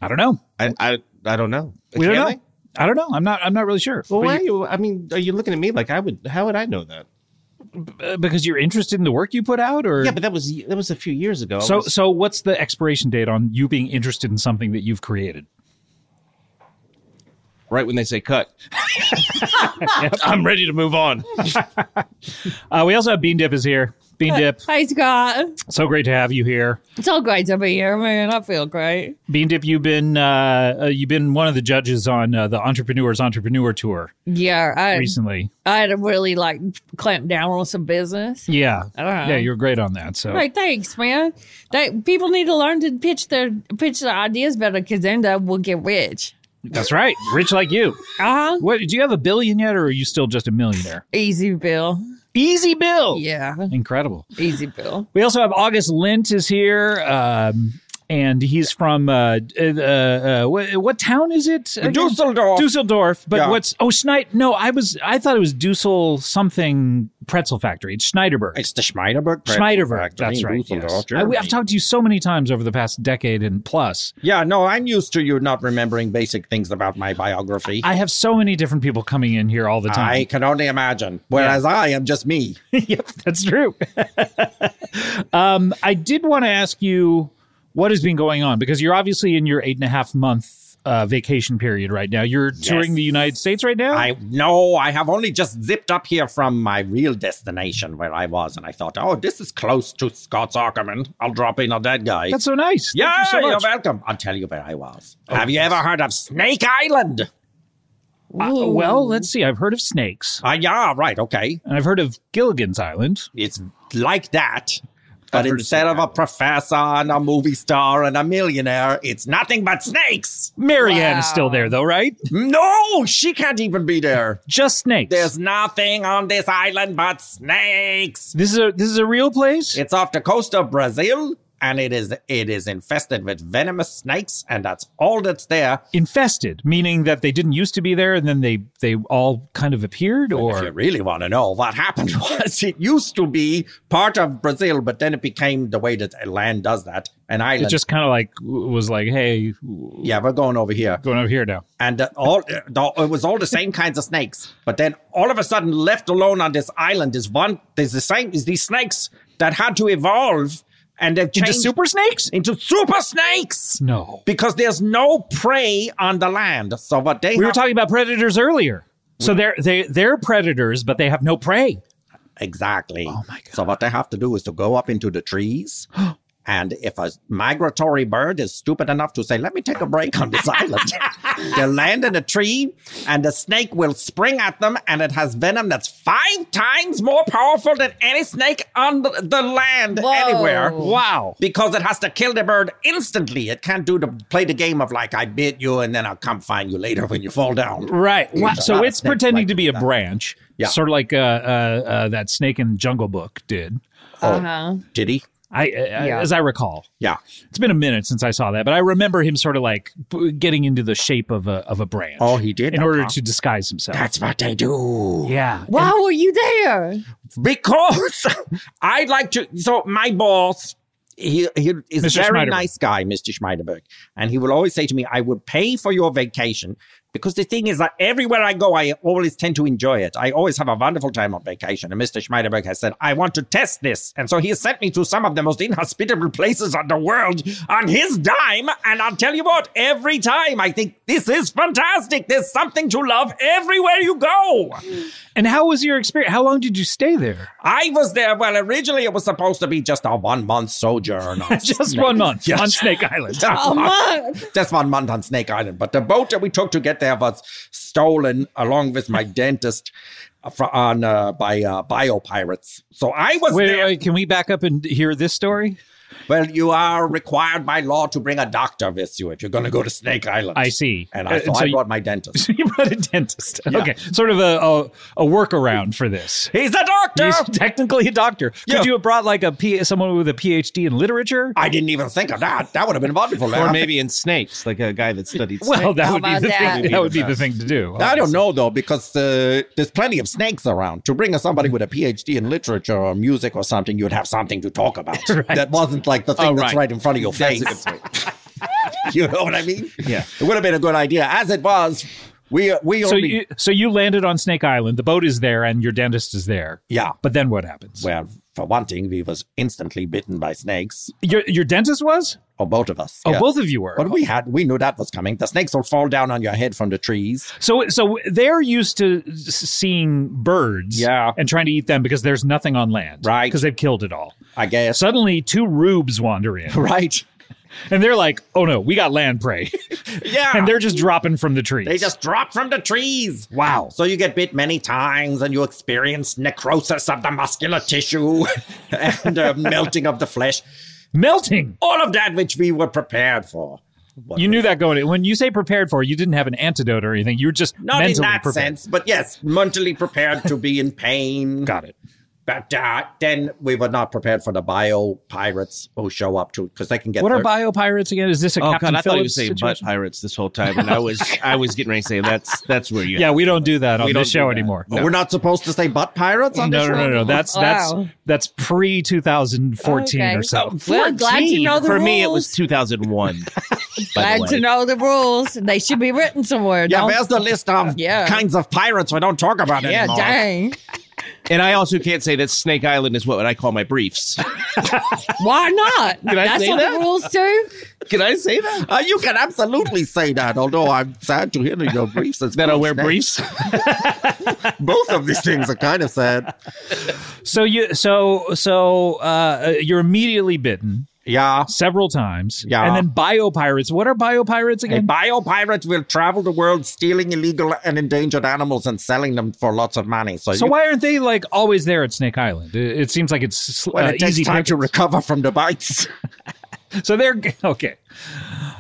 B: I don't know.
C: I I, I don't know.
B: We don't
C: Can
B: know.
C: they?
B: I don't know. I'm not. I'm not really sure.
C: Well,
B: But
C: why
B: you-
C: are you? I mean, are you looking at me like I would? How would I know that?
B: uh, because you're interested in the work you put out, or
C: Yeah, but that was that was a few years ago. I
B: so.
C: was-
B: So, what's the expiration date on you being interested in something that you've created?
C: right when they say cut, I'm ready to move on.
B: Uh, we also have Bean Dip is here. Bean Dip,
A: Hey, Scott.
B: so great to have you here.
A: It's all great to be here, man. I feel great.
B: Bean Dip, you've been uh, uh, you've been one of the judges on uh, the Entrepreneurs Entrepreneur Tour
A: Yeah, I,
B: recently.
A: I had to really like clamp down on some business.
B: Yeah,
A: Uh-huh.
B: yeah, you're great on that. So
A: Right, thanks, man. They, people need to learn to pitch their pitch their ideas better because then they will get rich.
B: that's right, rich like you.
A: Uh huh.
B: What do you have a billion yet, or are you still just a millionaire?
A: Easy bill.
B: Easy bill.
A: Yeah,
B: Incredible.
A: easy bill.
B: We also have August Lint is here, um, and he's from uh, uh, uh, what, what town is it? again?
E: Dusseldorf.
B: Dusseldorf, but
E: Yeah.
B: what's oh Schneid? No, I was I thought it was Dussel something pretzel factory. It's Schneiderberg.
D: It's the Schmeiderberg. Bread
B: Schmeiderberg.
D: Factory
B: That's
D: in
B: right.
D: Dusseldorf,
B: yes. I,
D: Germany.
B: have talked to you so many times over the past decade and plus.
D: yeah, no, I'm used to you not remembering basic things about my biography.
B: I
D: I,
B: have so many different people coming in here all the time.
D: can only imagine. Whereas I am just me.
B: yep, that's true. um, I did want to ask you what has been going on because you're obviously in your eight and a half month uh, vacation period right now. You're touring the United States right now.
D: I no, I have only just zipped up here from my real destination where I was, and I thought, oh, this is close to Scott's Ackerman. I'll drop in on that guy.
B: that's so nice. Thank
D: yeah,
B: you so
D: you are
B: much. Oh,
D: welcome. I'll tell you where I was. have you ever heard of Snake Island?
B: Uh, well, let's see. I've heard of snakes.
D: Ah, yeah, right, okay.
B: and I've heard of Gilligan's Island.
D: It's like that. But instead of a professor and a movie star and a millionaire, it's nothing but snakes.
B: Marianne
A: Wow.
B: is still there, though, right?
D: No, she can't even be there.
B: Just snakes.
D: There's nothing on this island but snakes.
B: this is a this is a real place.
D: It's off the coast of Brazil. and it is it is infested with venomous snakes, and that's all that's there.
B: Infested, meaning that they didn't used to be there, and then they they all kind of appeared,
D: If you
B: or
D: really want to know what happened was it used to be part of Brazil, but then it became the way that a land does that, an
B: it
D: island.
B: just kind of like was like, hey,
D: yeah, we're going over here.
B: going over here now.
D: and uh, all uh, the, it was all the same kinds of snakes. But then all of a sudden, left alone on this island is one. There's the same is these snakes that had to evolve, and they've changed
B: Into super snakes?
D: into super snakes.
B: No.
D: because there's no prey on the land. So what they
B: We were
D: have-
B: talking about predators earlier. So they're they they're predators, but they have no prey.
D: Exactly. Oh my God. So what they have to do is to go up into the trees. And if a migratory bird is stupid enough to say, let me take a break on this island, they'll land in a tree and the snake will spring at them and it has venom that's five times more powerful than any snake on the- the land
A: Whoa.
D: anywhere.
B: Wow.
D: Because it has to kill the bird instantly. It can't do the play the game of like, I bit you and then I'll come find you later when you fall down.
B: Right. Wow. So
D: Not a
B: it's
D: snake
B: pretending
D: like
B: to be a
D: that.
B: branch,
D: Yeah.
B: sort of like uh, uh, uh, that snake in Jungle Book did.
D: Oh,
A: Uh-huh.
D: did he?
B: I, uh,
A: Yeah.
B: as I recall,
D: Yeah.
B: it's been a minute since I saw that, but I remember him sort of like b- getting into the shape of a of a branch.
D: Oh, he did.
B: in
D: that,
B: order
D: huh?
B: to disguise himself.
D: That's what they do.
B: yeah.
A: Why were you there?
D: because I'd like to. So my boss, he, he is
B: Mr.
D: a very
B: Schmeiderberg.
D: nice guy, Mr. Schmeiderberg, and he will always say to me, "I would pay for your vacation." Because the thing is that everywhere I go, I always tend to enjoy it. I always have a wonderful time on vacation. And Mr. Schmeiderberg has said, I want to test this. And so he has sent me to some of the most inhospitable places on the world on his dime. And I'll tell you what, every time I think this is fantastic. There's something to love everywhere you go.
B: And how was your experience? How long did you stay there?
D: I was there. Well, originally it was supposed to be just a one month sojourn. on
B: Just
D: Snake-
B: one month
D: Yes.
B: on Snake Island.
A: A month.
D: Just one month on Snake Island. But the boat that we took to get there was stolen along with my dentist fro- on uh, by uh, biopirates. So I was
B: Wait,
D: there.
B: wait, can we back up and hear this story?
D: Well, you are required by law to bring a doctor with you if you're going to go to Snake Island.
B: I see.
D: And
B: Uh,
D: I,
B: so
D: so I
B: you-
D: brought my dentist.
B: So you brought a dentist.
D: Yeah.
B: Okay, sort of a, a a workaround for this.
D: He's a doctor.
B: He's technically a doctor. Could
D: Yeah.
B: you have brought like a P, someone with a PhD in literature?
D: I didn't even think of that. That would have been wonderful.
C: Or
D: man.
C: maybe in snakes, like a guy that studied
B: Well,
C: snakes.
B: that
A: How
B: would be
A: about
B: the
A: that?
B: thing. That would be the thing to do.
D: I don't know though, because uh, there's plenty of snakes around. To bring us somebody with a PhD in literature or music or something, you'd have something to talk about. That wasn't like the thing
C: Oh,
D: that's
C: right.
D: right in front of your face. you know what I mean?
C: Yeah.
D: It would have been a good idea. As it was, we uh, we
B: So
D: only
B: you so you landed on Snake Island. The boat is there, and your dentist is there.
D: yeah.
B: But then what happens?
D: Well, for one thing, we was instantly bitten by snakes,
B: Your your dentist was?
D: or both of us.
B: Oh,
D: yeah.
B: both of you were.
D: But we had we knew that was coming. The snakes will fall down on your head from the trees.
B: So so they're used to s- seeing birds,
D: Yeah.
B: and trying to eat them because there's nothing on land,
D: Right.
B: Because they've killed it all.
D: I guess.
B: Suddenly, two rubes wander in,
D: right.
B: and they're like, "Oh no, we got land prey,"
D: Yeah.
B: and they're just dropping from the trees.
D: They just drop from the trees.
B: Wow.
D: So you get bit many times and you experience necrosis of the muscular tissue and uh, melting of the flesh.
B: melting.
D: All of that which we were prepared for. What
B: You knew that going. in. When you say prepared for, you didn't have an antidote or anything. You were just
D: Not
B: mentally
D: in that
B: prepared.
D: sense, but yes, mentally prepared to be in pain.
B: Got it.
D: But uh, then we were not prepared for the bio pirates who show up to because they can get.
B: What are
D: their-
B: biopirates again? Is this a
C: Oh
B: Captain
C: god, I thought you were
B: Phillips
C: saying butt
B: situation?
C: pirates this whole time, and I was I was getting ready to say that's that's where you.
B: Yeah, we don't do that on
C: We
B: this
C: don't do
B: show
C: that.
B: anymore.
D: Oh, We're not supposed to say butt pirates on
B: No,
D: the
B: no,
D: show.
B: no, no. That's
A: Wow.
B: that's that's pre 2014
A: Okay.
B: or so.
A: Well, glad to know the
C: For
A: rules.
C: me, it was 2001. by the
A: glad to
C: way.
A: know the rules. They should be written somewhere.
D: Yeah,
A: don't-
D: there's the list of
A: Yeah.
D: kinds of pirates we don't talk about
A: yeah,
D: anymore.
A: dang.
C: And I also can't say that Snake Island is what I call my briefs.
A: Why not? That's
C: say
A: what
C: that?
A: the rules do.
C: Can I say that?
D: Uh, you can absolutely say that, although I'm sad to hear that your briefs is
C: That I wear
D: closed.
C: briefs?
D: Both of these things are kind of sad.
B: So you so so uh, you're immediately bitten
D: Yeah.
B: several times.
D: Yeah.
B: And then biopirates. What are biopirates
D: A
B: again?
D: biopirate will travel the world stealing illegal and endangered animals and selling them for lots of money. So,
B: so
D: you,
B: why aren't they like always there at Snake Island? It, it seems like it's
D: well,
B: uh,
D: it takes
B: easy
D: time to
B: pickings.
D: recover from the bites.
B: So they're okay.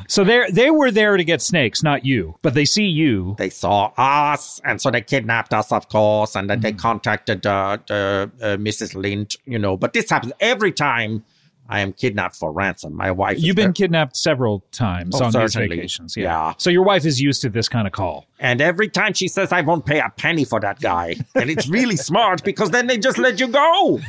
B: So they are they were there to get snakes, not you. But they see you.
D: They saw us, and so they kidnapped us, of course, and then they contacted uh, uh, uh, Mrs. Lind, you know. But this happens every time I am kidnapped for ransom. My wife. is
B: You've been
D: there.
B: kidnapped several times
D: Oh,
B: on
D: certainly.
B: these vacations.
D: Yeah.
B: So your wife is used to this kind of call.
D: And every time she says, I won't pay a penny for that guy. And it's really smart because then they just let you go.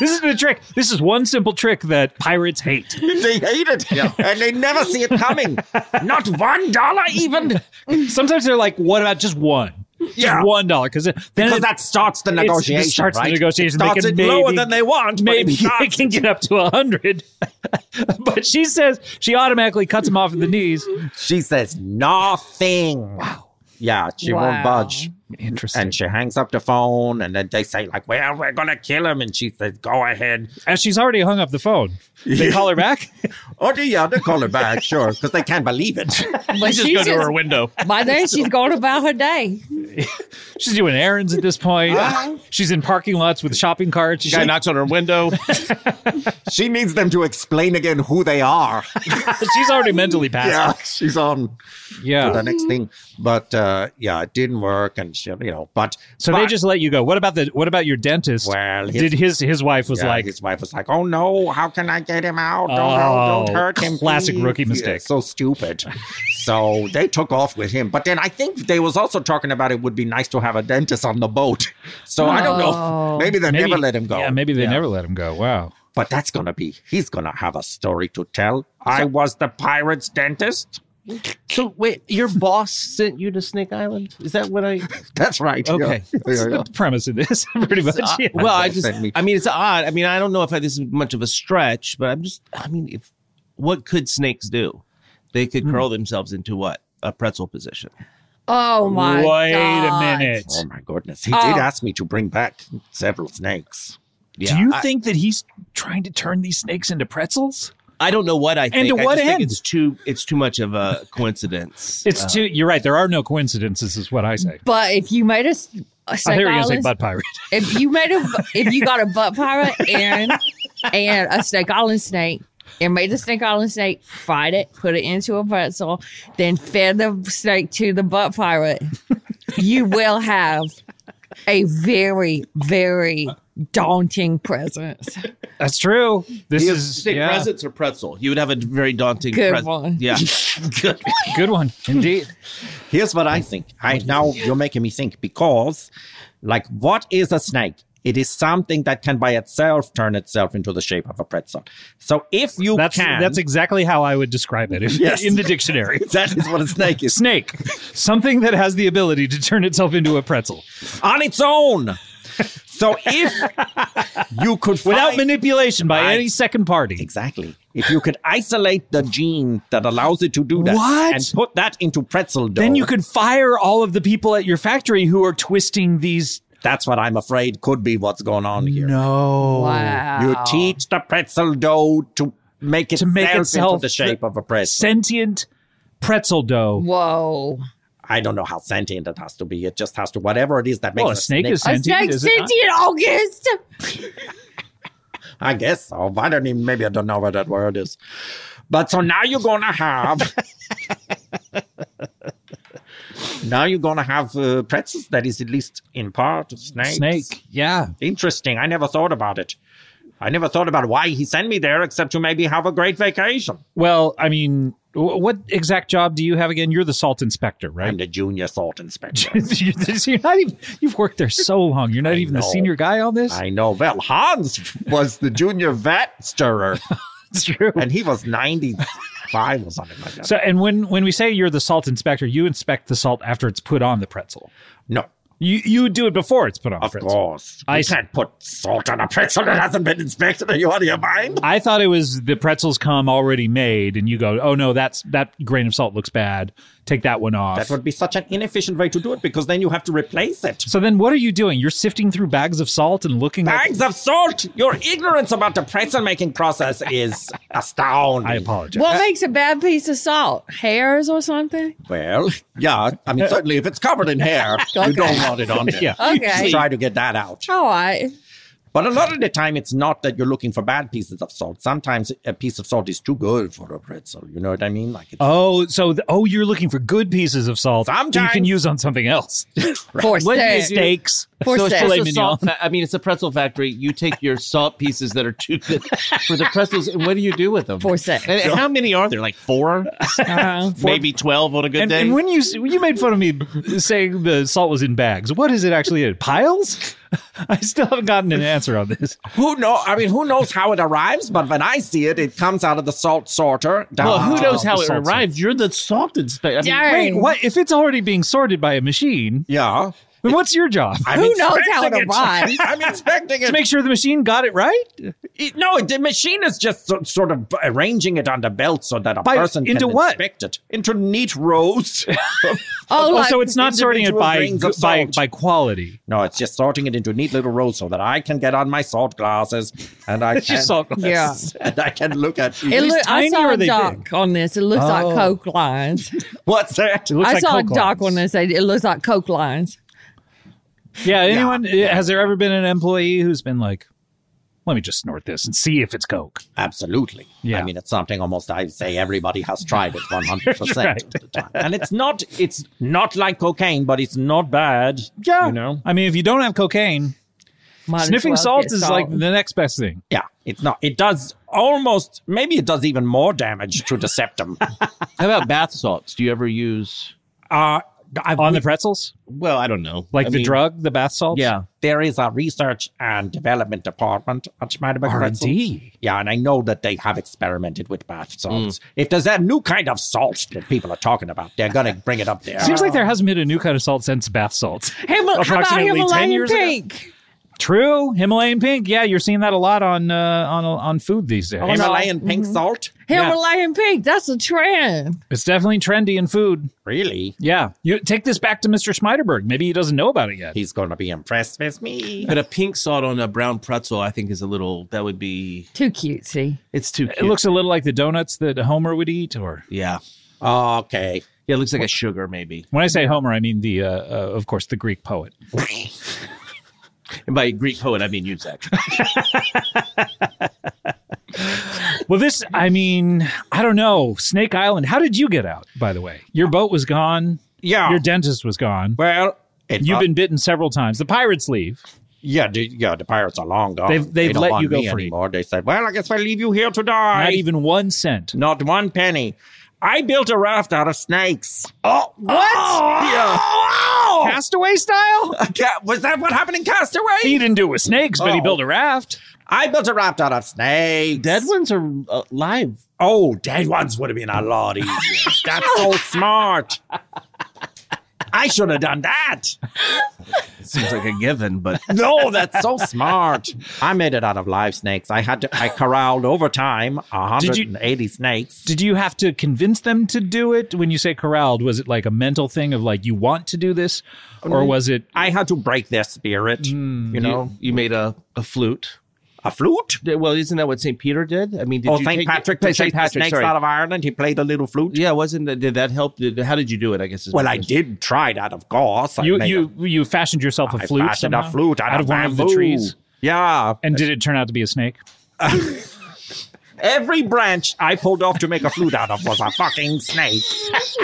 B: This is the trick. This is one simple trick that pirates hate.
D: They hate it. And they never see it coming. Not one dollar even.
B: Sometimes they're like, "What about just one?
D: Yeah.
B: Just one dollar?" Because then
D: Because
B: it-
D: that starts the
B: it's- it
D: negotiation.
B: starts
D: right?
B: the negotiation.
D: It starts
B: they can
D: it
B: maybe,
D: lower than they want. but it
B: Maybe they
D: starts-
B: can get up to a hundred. but she says she automatically cuts him off at the knees.
D: She says nothing. Wow. Yeah, she
A: Wow.
D: won't budge.
B: Interesting.
D: And she hangs up the phone, and then they say, like, well, we're going to kill him. And she says, go ahead.
B: and she's already hung up the phone. They call her back.
D: Oh, yeah, they call her back, sure, because they can't believe it.
A: But
F: just go to her window.
A: by then she's going about her day.
B: She's doing errands at this point. She's in parking lots with shopping carts. She,
F: Uh-huh. Guy knocks on her window.
D: she needs them to explain again who they are.
B: she's already mentally passed.
D: yeah, she's on
B: Yeah.
D: to the next thing. But uh, yeah, it didn't work, and she, you know, but
B: So they
D: but-
B: just let you go. What about the what about your dentist?
D: Well, his-
B: did his his wife was
D: yeah,
B: like
D: his wife was like, "Oh no, how can I get him out? Don't,
B: Oh,
D: don't hurt him."
B: classic
D: please."
B: rookie
D: Yeah,
B: mistake.
D: so stupid. so they took off with him, but then I think they was also talking about it would be nice to have a dentist on the boat. So I don't know.
A: Oh.
D: Maybe they
B: maybe-
D: never let him go.
B: Yeah, maybe they never let him go. Wow.
D: But that's gonna be. He's gonna have a story to tell. I was the pirate's dentist.
C: So wait, your boss sent you to Snake Island? Is that what I?
D: That's right. yeah.
C: Okay.
D: Yeah, yeah.
B: The premise of this, pretty much.
C: Uh,
B: yeah.
C: well, I
D: boss
C: just,
D: sent me.
C: I mean, it's odd. I mean, I don't know if I, this is much of a stretch, but I'm just, I mean, if what could snakes do? They could curl themselves into what a pretzel position.
A: Oh my
B: Wait
A: God.
B: a minute.
D: Oh my goodness. He
A: Oh.
D: did ask me to bring back several snakes.
B: Do you
C: I,
B: think that he's trying to turn these snakes into pretzels?
C: I don't know what I think.
B: to
C: I
B: what
C: just
B: end?
C: Think it's too, it's too much of a coincidence.
B: It's
D: Uh,
B: too. You're right. There are no coincidences, is what I say.
A: But if you made a, s- a
B: I
A: Snake
B: hear you're gonna say
A: Island-
B: butt pirate.
A: if you made a, if you got a butt pirate and and a Snake Island snake and made the Snake Island snake, fried it, put it into a pretzel, then fed the snake to the butt pirate, you will have a very very daunting presence.
B: That's true. This is
C: Snake
B: yeah,
C: presents or pretzel. You would have a very daunting
A: Good
C: pres-
A: one.
C: Yeah. Good.
B: good one indeed.
D: Here's what I think. I now you're making me think because like what is a snake? It is something that can by itself turn itself into the shape of a pretzel. So if you
B: That's
D: can
B: that's exactly how I would describe it if,
D: Yes.
B: in the dictionary.
D: that is what a snake is.
B: Snake, something that has the ability to turn itself into a pretzel
D: On its own. So if you could
B: without
D: find-
B: manipulation by
D: Right.
B: any second party.
D: Exactly. If you could isolate the gene that allows it to do that
B: What?
D: and put that into pretzel dough,
B: Then you could fire all of the people at your factory who are twisting these.
D: That's what I'm afraid could be what's going on here.
B: No.
A: Wow.
D: You teach the pretzel dough to make itself,
B: make itself
D: into the shape
B: the-
D: of a pretzel.
B: Sentient pretzel dough.
A: Whoa.
D: I don't know how sentient it has to be. It just has to whatever it is that makes
B: Well, a snake is
A: A
B: sentient.
A: snake
B: is it not?
A: sentient August.
D: I guess so. I don't even. Maybe I don't know what that word is. But so now you're gonna have. now you're gonna have uh, pretzels that is at least in part snakes.
B: Snake. Yeah.
D: Interesting. I never thought about it. I never thought about why he sent me there, except to maybe have a great vacation.
B: Well, I mean, wh- what exact job do you have again? You're the salt inspector,
D: I'm
B: right?
D: the junior salt inspector.
B: you're you're not even, you've worked there so long. You're not even the
D: know.
B: senior guy on this.
D: I know. Well, Hans was the junior vet stirrer,
B: It's true.
D: and he was 95 or something like that.
B: So, and when when we say you're the salt inspector, you inspect the salt after it's put on the pretzel.
D: no,
B: You you do it before it's put on
D: of
B: the pretzel.
D: course. I
B: I
D: you
B: see.
D: can't put salt on a pretzel that hasn't been inspected. Are you out of your mind?
B: I thought it was the pretzels come already made, and you go, oh no, that's that grain of salt looks bad. Take that one off.
D: That would be such an inefficient way to do it because then you have to replace it.
B: so then, what are you doing? You're sifting through bags of salt and looking at.
D: Bags of salt! Your ignorance about the pretzel making process is astounding.
B: I apologize.
A: What makes a bad piece of salt? Hairs or something?
D: Well, yeah. I mean, certainly if it's covered in hair, you don't want it on there.
B: Yeah.
A: Okay.
D: Try to get that out.
A: All right.
D: But a lot of the time, it's not that you're looking for bad pieces of salt. Sometimes a piece of salt is too good for a pretzel. You know what I mean? Like it's
B: Oh, so th- oh, you're looking for good pieces of salt that you can
D: Sometimes.
B: use on something else.
A: For sale.
B: Steaks.
A: For
C: so it's
A: sale.
C: just
B: Filet
C: a salt. Fa- I mean, it's a pretzel factory. You take your salt pieces that are too good for the pretzels, and what do you do with them?
A: For sale.
C: And and how many are there? Like four,
A: Uh-huh.
F: Maybe 12 on a good
B: And,
F: day.
B: and when you s- you made fun of me saying the salt was in bags, what is it actually in piles? I still haven't gotten an answer on this.
D: who know? I mean, who knows how it arrives? But when I see it, it comes out of the salt sorter. Down
C: well, who
D: to
C: knows
D: the
C: how it
D: salt sorter.
C: arrived? You're the salt inspector. I mean,
A: Darn.
B: Wait, what if it's already being sorted by a machine?
D: Yeah,
B: Then what's your job?
D: I'm
A: Who knows how it
D: expecting
A: arrives?
D: I'm expecting
B: To
D: it.
B: make sure the machine got it right
D: It- No, the machine is just so, sort of arranging it on the belt so that a
B: By-
D: person
B: into
D: can
B: what?
D: inspect it into neat rows.
A: Oh, like,
B: so it's not sorting it
D: individual
B: by
D: grains of
B: by
D: salt.
B: by quality.
D: no, it's just sorting it into neat little rows so that I can get on my salt glasses and I can
B: Just salt glass.
A: yeah.
D: and I can look at
A: It
D: you.
A: look, I
B: tiny
A: saw
B: or
A: a
B: are they
A: doc on this. It looks
B: Oh.
A: like Coke lines.
D: What's that?
B: It looks
A: I
B: like
A: saw
B: Coke
A: a doc
B: lines.
A: on this. It looks like Coke lines.
B: Yeah, anyone has there ever been an employee who's been like, "Let me just snort this and see if it's Coke."
D: Absolutely.
B: Yeah.
D: I mean, it's something almost I'd say everybody has tried it 100% of the time. And it's not, it's not like cocaine, but it's not bad.
B: Yeah,
D: You know?
B: I mean, if you don't have cocaine,
A: Might as
B: sniffing
A: well
B: salt
A: get
B: is like the next best thing.
D: Yeah, it's not. It does almost, maybe it does even more damage to the septum.
C: How about bath salts? Do you ever use?
D: uh, I've,
B: On the pretzels,
F: well, I don't know.
B: like
C: I
B: the
C: mean-
B: drug, the bath salts.
C: Yeah,
D: there is a research and development department at Schmeideberg Pretzels.
B: R&D.
D: Yeah, and I know that they have experimented with bath
B: Mm.
D: salts. If there's that new kind of salt that people are talking about, they're going to bring it up there.
B: Seems like there hasn't been a new kind of salt since bath salts.
A: Himal- how about
B: approximately 10
A: Himalayan
B: years ago.
A: pink?
B: True, Himalayan pink. Yeah, you're seeing that a lot on uh, on on food these days.
D: Himalayan pink
B: Mm-hmm.
D: salt?
A: Himalayan pink. That's a trend.
B: It's definitely trendy in food.
D: Really?
B: Yeah, you take this back to Mr. Schmeiderberg. Maybe he doesn't know about it yet.
D: He's going to be impressed with me.
C: but a pink salt on a brown pretzel, I think, is a little. That would be.
A: Too cutesy.
C: It's too.
B: It
C: Cute.
B: looks a little like the donuts that Homer would eat, or
C: Yeah.
D: Okay.
C: Yeah, it looks like a sugar maybe.
B: When I say Homer, I mean the, uh, uh, of course, the Greek poet.
C: And by Greek poet, I mean you, Zach.
B: Well, this, I mean, I don't know. Snake Island. How did you get out? By the way, your boat was gone.
D: Yeah.
B: Your dentist was gone.
D: well, it,
B: You've been bitten several times. The pirates leave.
D: Yeah, the, yeah, the pirates are long gone.
B: They've- they've
D: They don't
B: let
D: want
B: you go
D: me
B: free.
D: Anymore. They said, well, I guess we'll leave you here to die.
B: Not even one cent.
D: Not one penny. I built a raft out of snakes. Oh, what?
B: Oh, Castaway style?
D: was that what happened in Castaway?
B: he didn't do it with snakes, but he
D: Oh.
B: built a raft.
D: I built a raft out of snakes.
C: Dead ones are uh, live.
D: Oh, dead ones would have been a lot easier. That's so smart. I should have done that.
C: Seems like a given, but
D: No, that's so smart. I made it out of live snakes. I had to, I corralled over time
B: Did you-
D: 180 snakes.
B: Did you have to convince them to do it? When you say corralled, was it like a mental thing of like you want to do this, or was it
D: I had to break their spirit. you know,
C: you, you made a, a flute.
D: a flute.
C: Yeah, Well, isn't that what St. Peter did? I mean, did
D: Oh,
C: you
D: St.
C: take-
D: Patrick,
C: St.
D: to take the
C: Patrick,
D: snakes
C: sorry.
D: out of Ireland. He played a little flute.
C: yeah, wasn't that, did that help? Did, how did you do it? I guess. Is my
D: Well, I
C: question.
D: did try that, of course. I
B: you
D: made
B: you you fashioned yourself a
D: a, I
B: flute
D: fashioned a
B: somehow?
D: flute out,
B: out of one of the
D: bamboo.
B: trees?
D: Yeah.
B: And did it turn out to be a snake?
D: Every branch I pulled off to make a flute out of was a fucking snake.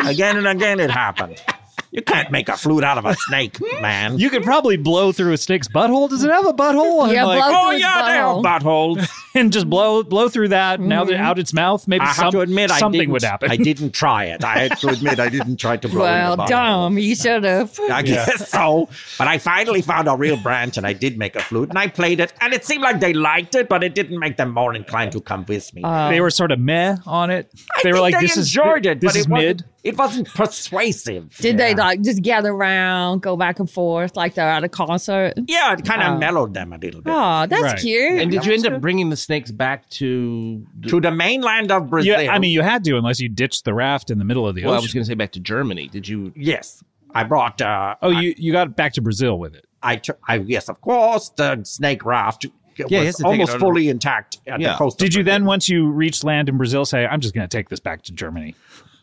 D: Again and again it happened. You can't make a flute out of a snake, man.
B: You could probably blow through a snake's butthole. Does it have a butthole?
A: Yeah,
B: and, like,
A: blow
D: oh,
A: through his
D: yeah, they have
A: butthole.
D: buttholes.
B: and just blow blow through that. Now
A: Mm-hmm.
B: that out its mouth, maybe
D: I
B: some-
D: have to admit, I
B: something
D: didn't-
B: would happen.
D: I didn't try it. I had to admit, I didn't try to blow in
A: Well,
D: the bottle.
A: dumb. You should have.
D: I guess so. But I finally found a real branch and I did make a flute and I played it. And it seemed like they liked it, but it didn't make them more inclined to come with
A: Uh,
D: me.
B: they were sort of meh on it.
D: uh, I
B: they were
D: think
B: like,
D: they
B: "This is
D: enjoyed it,
B: This
D: but
B: is
D: it
B: mid."
D: wasn't, it wasn't persuasive.
A: Did they like just gather around, go back and forth like they're at a concert?
D: Yeah, it kind of mellowed them a little bit.
A: Oh, that's
B: Right.
A: cute.
C: And did you end up bringing the snakes back to?
D: To the mainland of Brazil.
B: Yeah, I mean, you had to unless you ditched the raft in the middle of the
C: Well, I
B: ocean.
C: was going to say back to Germany. Did you?
D: yes. I brought, uh,
B: oh, you you got back to Brazil with it.
D: I, took- I, yes, of course, the snake raft
C: he has
D: was
C: to take it
D: almost
C: out of-
D: fully intact at
C: Yeah.
D: the coast. of
B: Did you
D: Brazil.
B: then, once you reached land in Brazil, say, "I'm just going to take this back to Germany"?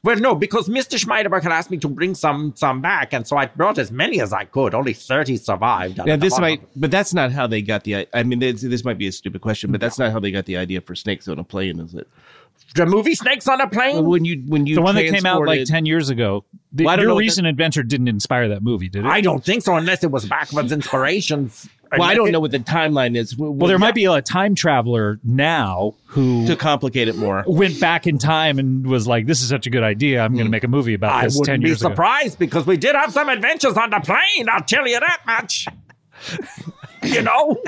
E: Well, no, because Mr. Schmeiderberg had asked me to bring some some back, and so I brought as many as I could. Only thirty survived.
C: Now this might, but that's not how they got the. i- I mean, this, this might be a stupid question, but that's not how they got the idea for snakes on a plane, is it?
E: the movie Snakes on a Plane.
C: When you when you
B: the one that came out like
C: transported-
B: 10 years ago. The,
C: Well, I don't know
B: your
C: what
B: recent adventure didn't inspire that movie, did it?
E: I don't think so, unless it was backwards inspirations.
C: Well, I don't know what the timeline is.
B: well, there might be a time traveler now who
C: to complicate it more.
B: went back in time and was like, this is such a good idea.
C: Mm.
B: I'm going to make a movie about
E: I
B: this 10
E: wouldn't be
B: years ago.
E: surprised because we did have some adventures on the plane. I'll tell you that much. you know,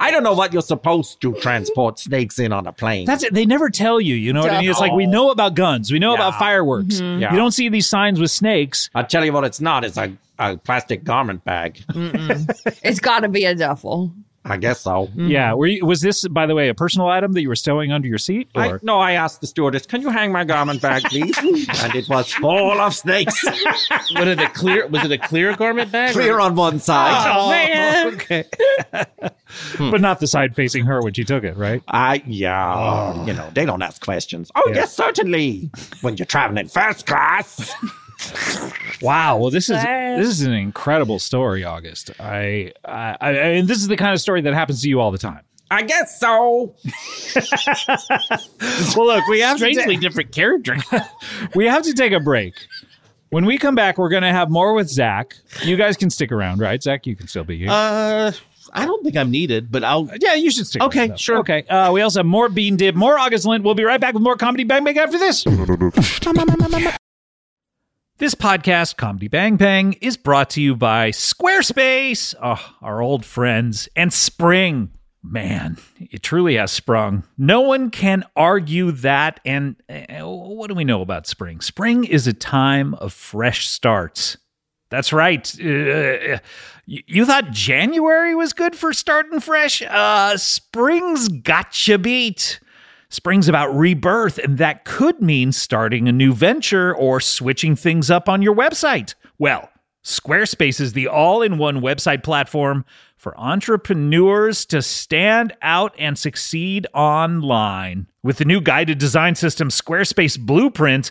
E: I don't know what you're supposed to transport snakes in on a plane.
B: That's it. They never tell you. You know what I mean? It's like we know about guns, we know about fireworks.
E: Yeah.
B: You don't see these signs with snakes.
E: I'll tell you what it's not. It's a, a plastic garment bag.
A: It's got to be a duffel.
E: I guess so.
B: Yeah. Were you, was this, by the way, a personal item that you were stowing under your seat? Or?
E: I, no, I asked the stewardess, "Can you hang my garment bag, please?" and it was full of snakes,
C: What are the clear? Was it a clear garment bag? or-
E: clear on one side.
A: Man.
C: Hmm.
B: But not the side facing her when she took it, right?
E: I yeah,
B: Oh.
E: you know they don't ask questions. Oh
B: Yeah.
E: yes, certainly. when you're traveling first class,
B: Wow. Well, this is
A: Sad.
B: this is an incredible story, August. I, I, I and this is the kind of story that happens to you all the time.
E: I guess so.
B: Well, look, we have to
F: Strangely different character.
B: we have to take a break. When we come back, we're going to have more with Zach. You guys can stick around, right? Zach, you can still be here.
C: Uh, I don't think I'm needed, but I'll.
B: yeah, you should stick.
C: okay,
B: around, though.
C: sure.
B: Okay. Uh, we also have more Bean Dib, more August Lind. We'll be right back with more Comedy Bang Bang after this. This podcast, Comedy Bang Bang, is brought to you by Squarespace, oh, our old friends, and Spring. Man, it truly has sprung. No one can argue that. And uh, what do we know about spring? Spring is a time of fresh starts. That's right. Uh, you you thought January was good for starting fresh? Uh, spring's gotcha beat. Spring's about rebirth, and that could mean starting a new venture or switching things up on your website. Well, Squarespace is the all in one website platform for entrepreneurs to stand out and succeed online. With the new guided design system, Squarespace Blueprint,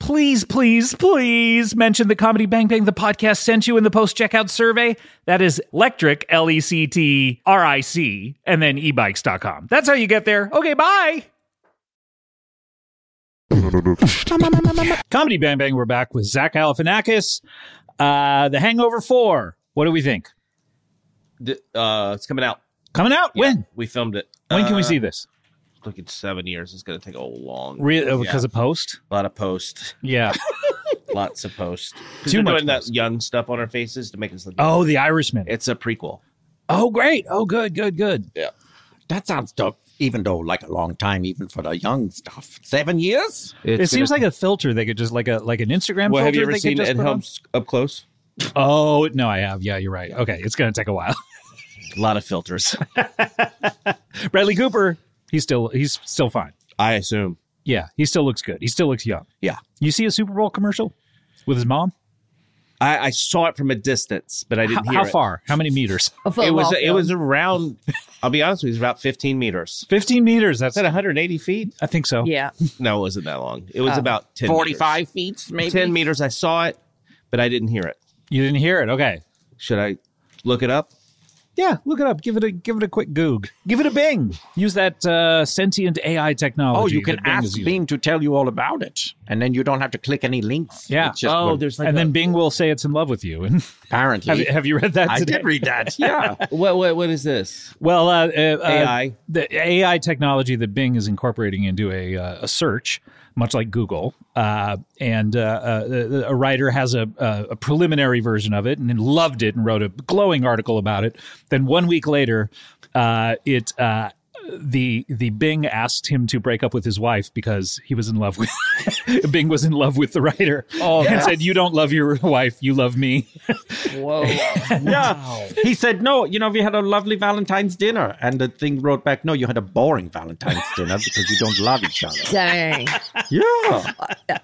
B: Please, please, please mention the Comedy Bang Bang the podcast sent you in the post checkout survey. That is electric, L E C T R I C, and then e ebikes.com. That's how you get there. Okay, bye. Comedy Bang Bang, we're back with Zach Galifianakis. Uh, the Hangover 4. What do we think?
F: D- Uh, it's coming out.
B: Coming out?
F: Yeah,
B: When?
F: we filmed it?
B: When can we
F: Uh,
B: see this?
F: Look, it's seven years. It's gonna take a long.
B: Re- uh,
F: yeah.
B: Because of post?
F: a lot of post,
B: Yeah.
F: lots of post.
B: Too
F: Too much
B: much
F: doing that young stuff on our faces to make us look.
B: Oh, The Irishman.
F: It's a prequel.
B: Oh, great. Oh, good, good, good.
D: That sounds dope. Even though, like, a long time, even for the young stuff. Seven years?
B: it seems like a filter they could just like a like an Instagram.
F: Well,
B: filter
F: have you ever
B: they could
F: seen
B: just
F: Ed
B: put on.
F: Helms up close?
B: Oh no, I have. Yeah, you're right. Okay, it's gonna take a while.
F: A lot of filters.
B: Bradley Cooper, he's still he's still fine.
F: I assume.
B: Yeah, he still looks good. He still looks young.
F: Yeah.
B: You see a Super Bowl commercial with his mom?
F: I, I saw it from a distance, but I didn't
B: How,
F: hear
B: how
F: it.
B: far? How many meters?
A: A
F: It
A: football
F: was it
A: field.
F: was around. I'll be honest with you, it was about 15 meters.
B: Fifteen meters.
F: Is
B: That's
F: that 180 feet?
B: I think so.
A: yeah.
F: No, it wasn't that long. It was
B: Uh,
F: about 10 meters.
E: 45 feet, maybe.
F: 10 meters. I saw it, but I didn't hear it.
B: You didn't hear it. Okay.
F: Should I look it up?
B: Yeah, look it up. Give it a give it a quick goog. Give it a Bing. Use that uh, sentient AI technology.
D: Oh, you can
B: that Bing is
D: ask
B: using.
D: Bing to tell you all about it. And then you don't have to click any links.
B: Yeah.
D: It's just
F: oh,
D: what-
F: there's like
B: and
F: a-
B: then Bing will say it's in love with you. And have,
D: apparently.
B: you- have you read that?
D: I
B: today?
D: did read that. Yeah.
F: what what what is this?
B: Well, uh, uh, AI.
F: AI.
B: the AI technology that Bing is incorporating into a, uh, a search, much like Google, uh, and uh, uh, a writer has a, a a preliminary version of it and then loved it and wrote a glowing article about it. Then one week later, uh, it. Uh, the the Bing asked him to break up with his wife because he was in love with Bing was in love with the writer oh, and said you don't love your wife you love me
A: Whoa.
E: Yeah.
D: He said, "No, you know, we had a lovely Valentine's dinner," and the thing wrote back, "No, you had a boring Valentine's dinner because you don't love each other."
A: Dang.
D: Yeah,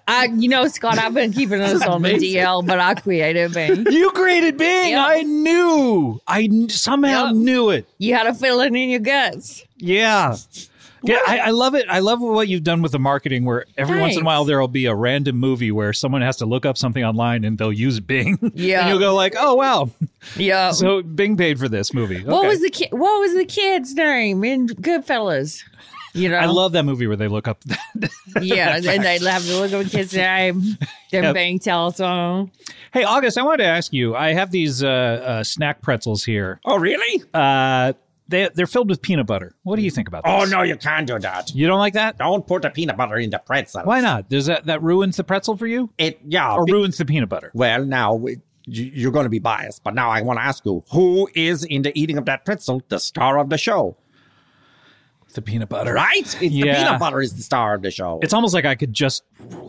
A: I, you know, Scott, I've been keeping us on the DL, but I created Bing.
B: you created Bing
A: Yep.
B: I knew I kn- somehow
A: Yep.
B: knew it
A: You had a feeling in your guts.
B: Yeah. Yeah, I, I love it. I love what you've done with the marketing where every once in a
A: Thanks.
B: while there'll be a random movie where someone has to look up something online and they'll use Bing.
A: Yeah.
B: and you'll go like, oh wow.
A: Yeah.
B: So Bing paid for this movie.
A: What
B: Okay.
A: was the kid? What was the kid's name in Goodfellas? You know,
B: I love that movie where they look up
A: yeah, and they have to look at the kid's name, then
B: Yep.
A: Bing tells them.
B: Hey August, I wanted to ask you, I have these uh, uh, snack pretzels here.
E: Oh, really?
B: Uh they they're filled with peanut butter. What do you think about
E: Oh,
B: this?
E: no, you can't do that.
B: You don't like that?
D: don't put the peanut butter in the pretzel.
B: Why not? Does that that ruins the pretzel for you?
D: It yeah.
B: Or
D: be-
B: ruins the peanut butter?
D: well, now we, you, you're going to be biased, but now I want to ask you, who is in the eating of that pretzel the star of the show?
B: The peanut butter.
D: Right? It's
B: Yeah.
D: the peanut butter is the star of the show.
B: It's almost like I could just,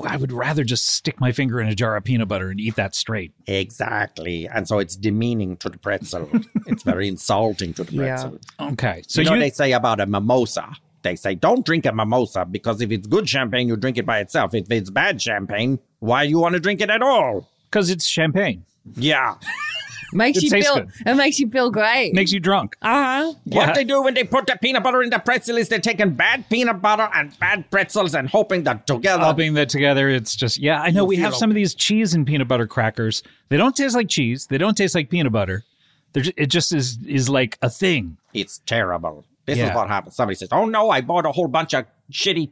B: I would rather just stick my finger in a jar of peanut butter and eat that straight.
D: exactly, and so it's demeaning to the pretzel. it's very insulting to the
A: Yeah.
D: pretzel.
B: Okay. So
D: you
B: you,
D: know they say about a mimosa. They say don't drink a mimosa because if it's good champagne, you drink it by itself. If it's bad champagne, why you want to drink it at all?
B: because it's champagne,
D: Yeah.
A: Makes
B: It
A: you
B: tastes
A: feel.
B: good.
A: It makes you feel great.
B: makes you drunk.
A: uh huh.
B: Yeah.
D: What they do when they put the peanut butter in the pretzel is they're taking bad peanut butter and bad pretzels and hoping that together.
B: Rubbing that together, it's just yeah. I know we have some of these cheese and peanut butter crackers. They don't taste like cheese. They don't taste like peanut butter. They're just, it just is is like a thing.
D: it's terrible. This
B: Yeah.
D: is what happens. Somebody says, "Oh no, I bought a whole bunch of shitty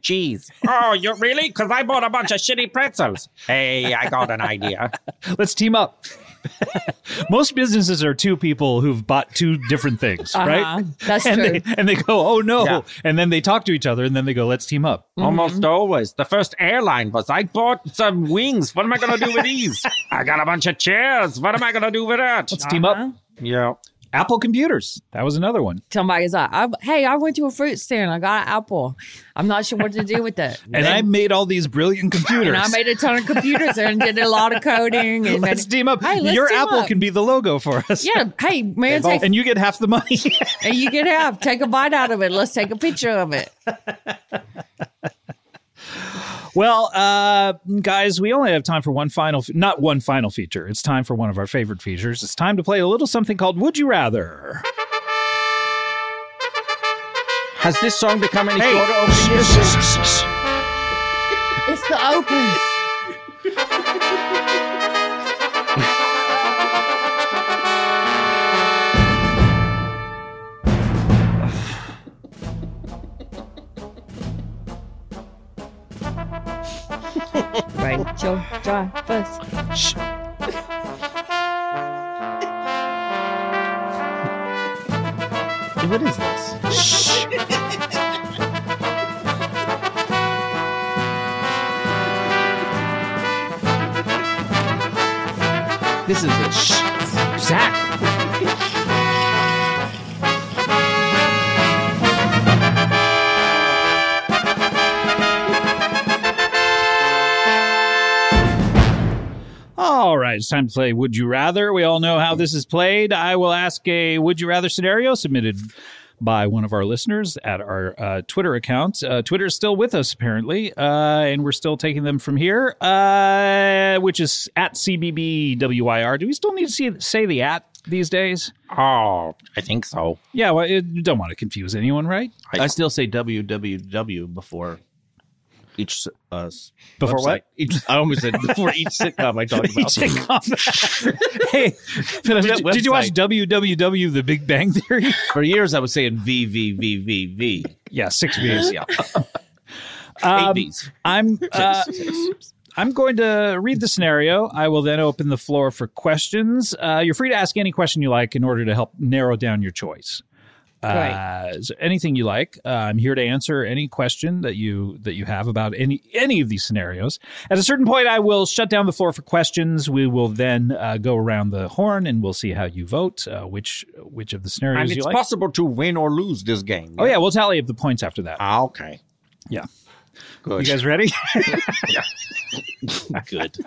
D: cheese." oh, you really? Because I bought a bunch of shitty pretzels. Hey, I got an idea.
B: Let's team up. Most businesses are two people who've bought two different things, right?
A: Uh-huh. That's
B: and
A: true.
B: they and they go, oh no,
D: Yeah.
B: and then they talk to each other, and then they go, let's team up.
D: Almost always. The first airline was I bought some wings. What am I going to do with these? I got a bunch of chairs. What am I going to do with that?
B: Let's team up.
D: Yeah.
B: Apple computers. That was another one.
A: Somebody's like, I, "Hey, I went to a fruit stand. I got an apple. I'm not sure what to do with it."
B: and I made all these brilliant computers.
A: And I made a ton of computers and did a lot of coding. And
B: let's team up.
A: Hey, let's
B: Your
A: team
B: Apple
A: up.
B: can be the logo for us.
A: yeah. Hey, man, take,
B: And you get half the money.
A: and you get out. Take a bite out of it. Let's take a picture of it.
B: well, uh, guys, we only have time for one final, fe- not one final feature. It's time for one of our favorite features. It's time to play a little something called Would You Rather.
D: Has this song become any shorter over the years?
A: It's the opens. sorry. Joe, drive us.
C: What is this? this is a shh. Zach.
B: All right, it's time to play Would You Rather. We all know how this is played. I will ask a Would You Rather scenario submitted by one of our listeners at our uh, Twitter account. Uh, Twitter is still with us, apparently, uh, and we're still taking them from here, uh, which is at CBBWIR. Do we still need to see, say the at these days?
D: Oh, I think so.
B: Yeah, well, it, you don't want to confuse anyone, right?
C: I still say www before each uh, s-
B: Before
C: website.
B: what?
C: Each, I almost said before each sitcom I talk about.
B: hey, did,
C: that
B: you- did you watch
C: website.
B: WWW The Big Bang Theory?
C: For years I was saying V V V V V.
B: yeah, six views.
C: Yeah,
B: Um,
C: hate these.
B: I'm uh, I'm going to read the scenario. I will then open the floor for questions. Uh, you're free to ask any question you like in order to help narrow down your choice.
A: Right.
B: Uh, so anything you like. Uh, I'm here to answer any question that you that you have about any any of these scenarios. At a certain point, I will shut down the floor for questions. We will then uh, go around the horn and we'll see how you vote. Uh, which which of the scenarios
D: And
B: you
D: it's
B: like?
D: possible to win or lose this game.
B: oh yeah, we'll tally up the points after that.
D: Ah, okay.
B: Yeah.
D: Good.
B: You guys ready?
C: Good.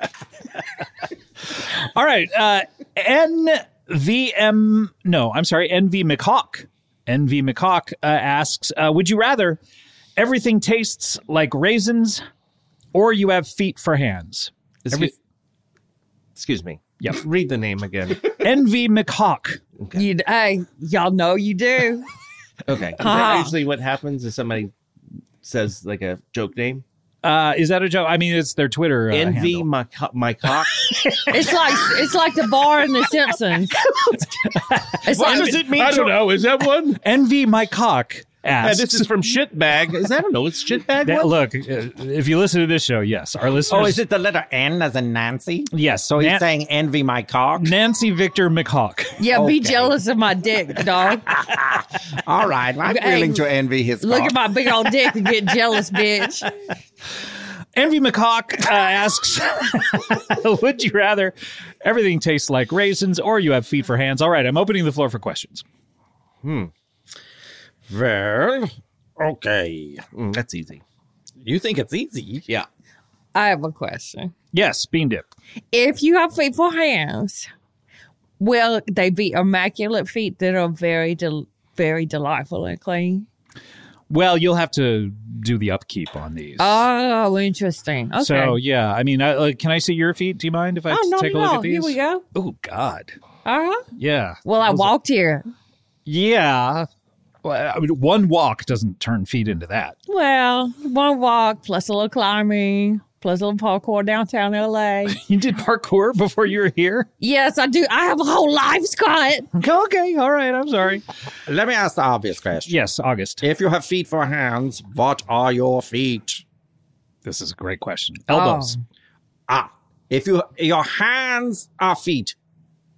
B: All right. Uh, NVM, no, I'm sorry, NV McHawk. NV McHawk uh, asks uh, Would you rather everything tastes like raisins or you have feet for hands?
C: Excuse, excuse me.
B: Yep.
C: Read the name again.
B: NV McHawk.
A: You, hey, y'all know you do.
C: Okay. Is
A: Ah.
C: that usually what happens is somebody says like a joke name.
B: Uh, is that a joke? I mean, it's their Twitter. Uh,
C: Envy
B: handle.
C: my co- my cock.
A: It's like it's like the bar in The Simpsons. It's like,
C: it mean? I don't know. Is that one?
B: NV McHawk asks.
C: this is from Shitbag. Is that I don't know? It's Shitbag.
B: that,
C: one?
B: look, uh, if you listen to this show, yes, our listeners.
D: Oh, is it the letter N as in Nancy?
B: Yes.
D: So he's
B: Nan-
D: saying envy my cock.
B: Nancy Victor McHawk.
A: yeah, be jealous of my dick, dog.
D: All right, I'm
A: Hey,
D: willing to envy his.
A: Look
D: cock.
A: at my big old dick and get jealous, bitch.
B: Envy McCock uh, asks, "Would you rather everything tastes like raisins, or you have feet for hands?" All right, I'm opening the floor for questions.
D: Well, okay.
C: Mm, that's easy.
D: You think it's easy?
C: Yeah.
A: I have a question.
B: Yes, bean dip.
A: If you have faithful hands, will they be immaculate feet that are very, del- very delightful and clean?
B: Well, you'll have to do the upkeep on these.
A: Oh, interesting. Okay.
B: So yeah, I mean, I, like, can I see your feet? Do you mind if I
A: oh, no,
B: take
A: no,
B: a look
A: no.
B: at these?
A: Here we go.
B: Oh God,
A: All right.
B: yeah,
A: Well, I walked here.
B: yeah. Well, I mean, one walk doesn't turn feet into that.
A: Well, one walk plus a little climbing plus a little parkour downtown LA.
B: You did parkour before you were here.
A: yes, I do. I have a whole life, Scott.
B: okay, all right. I'm sorry.
D: Let me ask the obvious question.
B: Yes, August.
D: If you have feet for hands, what are your feet?
B: This is a great question.
A: Oh,
B: Elbows.
D: Ah, if you your hands are feet,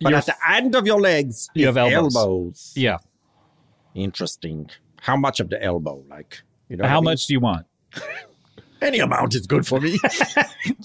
D: but
B: Your
D: at the end of your legs,
B: You
D: is
B: have elbows. Yeah.
D: Interesting. How much of the elbow? Like you know
B: How
D: what I mean?
B: much do you want?
D: Any amount is good for me.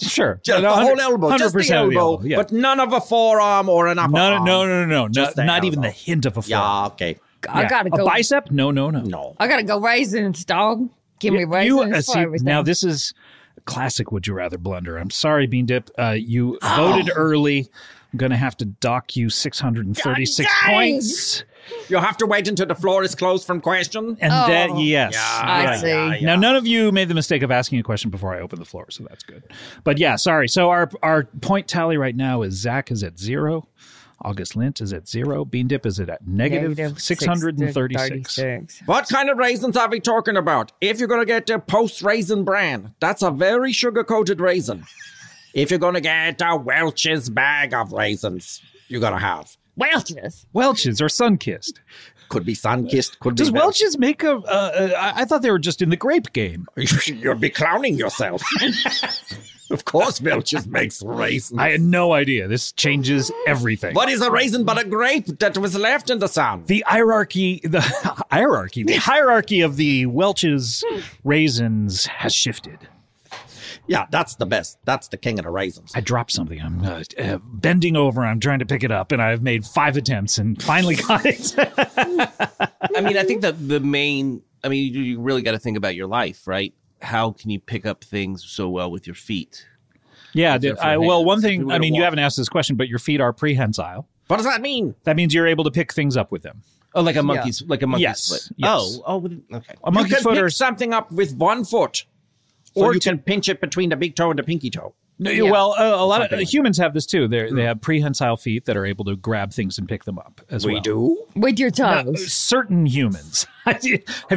B: Sure.
D: just the whole elbow, just the
B: 100% of
D: elbow,
B: the elbow, yeah.
D: but none of a forearm or an upper
B: No, no,
D: arm.
B: no, no, no, no. Not,
D: Just the
B: not even the
D: elbow.
B: hint of a forearm.
D: Yeah, okay.
A: I gotta
B: A
A: go.
B: bicep? No, no, no.
D: No.
A: I gotta go raisins, dog. Give me raisins
B: You, uh,
A: for
B: see,
A: everything.
B: now, this is a classic Would You Rather blunder. I'm sorry, Bean Dip. Uh, you
D: Oh.
B: voted early. I'm going to have to dock you 636
A: God dang!
B: points.
D: You have to wait until the floor is closed from question.
B: And
A: Oh.
B: that, yes.
A: I
B: Yeah.
A: see.
B: Now, none of you made the mistake of asking a question before I opened the floor, so that's good. But yeah, sorry. So our our point tally right now is Zach is at zero, August Lint is at zero, Bean Dip is at negative six hundred and thirty six.
A: 636.
D: What kind of raisins are we talking about? If you're going to get a post raisin bran, that's a very sugar coated raisin. If you're going to get a Welch's bag of raisins, you're going to have.
A: Welch's.
B: Welch's or Sunkist?
D: Could be sun kissed, could
B: Does
D: be. Wel-
B: Welch's make a? Uh, uh, I I thought they were just in the grape game.
D: You'll be clowning yourself. Of course, Welch just makes raisins.
B: I had no idea. This changes everything.
E: What is a raisin but a grape that was left in the sun?
B: the hierarchy the hierarchy the hierarchy of the Welch's raisins has shifted.
E: Ah,
D: Yeah, that's the best. That's the king of the raisins.
B: I dropped something. I'm uh, uh, bending over. I'm trying to pick it up, and I've made five attempts and finally got it.
C: I mean, I think that the main, I mean, you, you really got to think about your life, right? How can you pick up things so well with your feet?
B: yeah.
C: Except for
B: I,
C: hands.
B: well, one
C: We
B: thing.
C: would've
B: I mean, you
C: walked.
B: haven't asked this question, but your feet are prehensile.
E: What does that mean?
B: That means you're able to pick things up with them.
C: Oh, like a monkey's, like a monkey's
B: Yes.
C: foot.
B: Yes.
C: Oh, oh, with- okay.
B: A monkey
E: you can
B: footer.
E: pick something up with one foot, or
B: Or
E: you
B: two-
E: can pinch it between the big toe and the pinky toe.
B: No,
A: Yeah.
B: Well, uh, a lot of humans have this too. They
E: Mm.
B: they have prehensile feet that are able to grab things and pick them up as well. Uh,
E: do.
A: With your toes.
B: Certain humans. have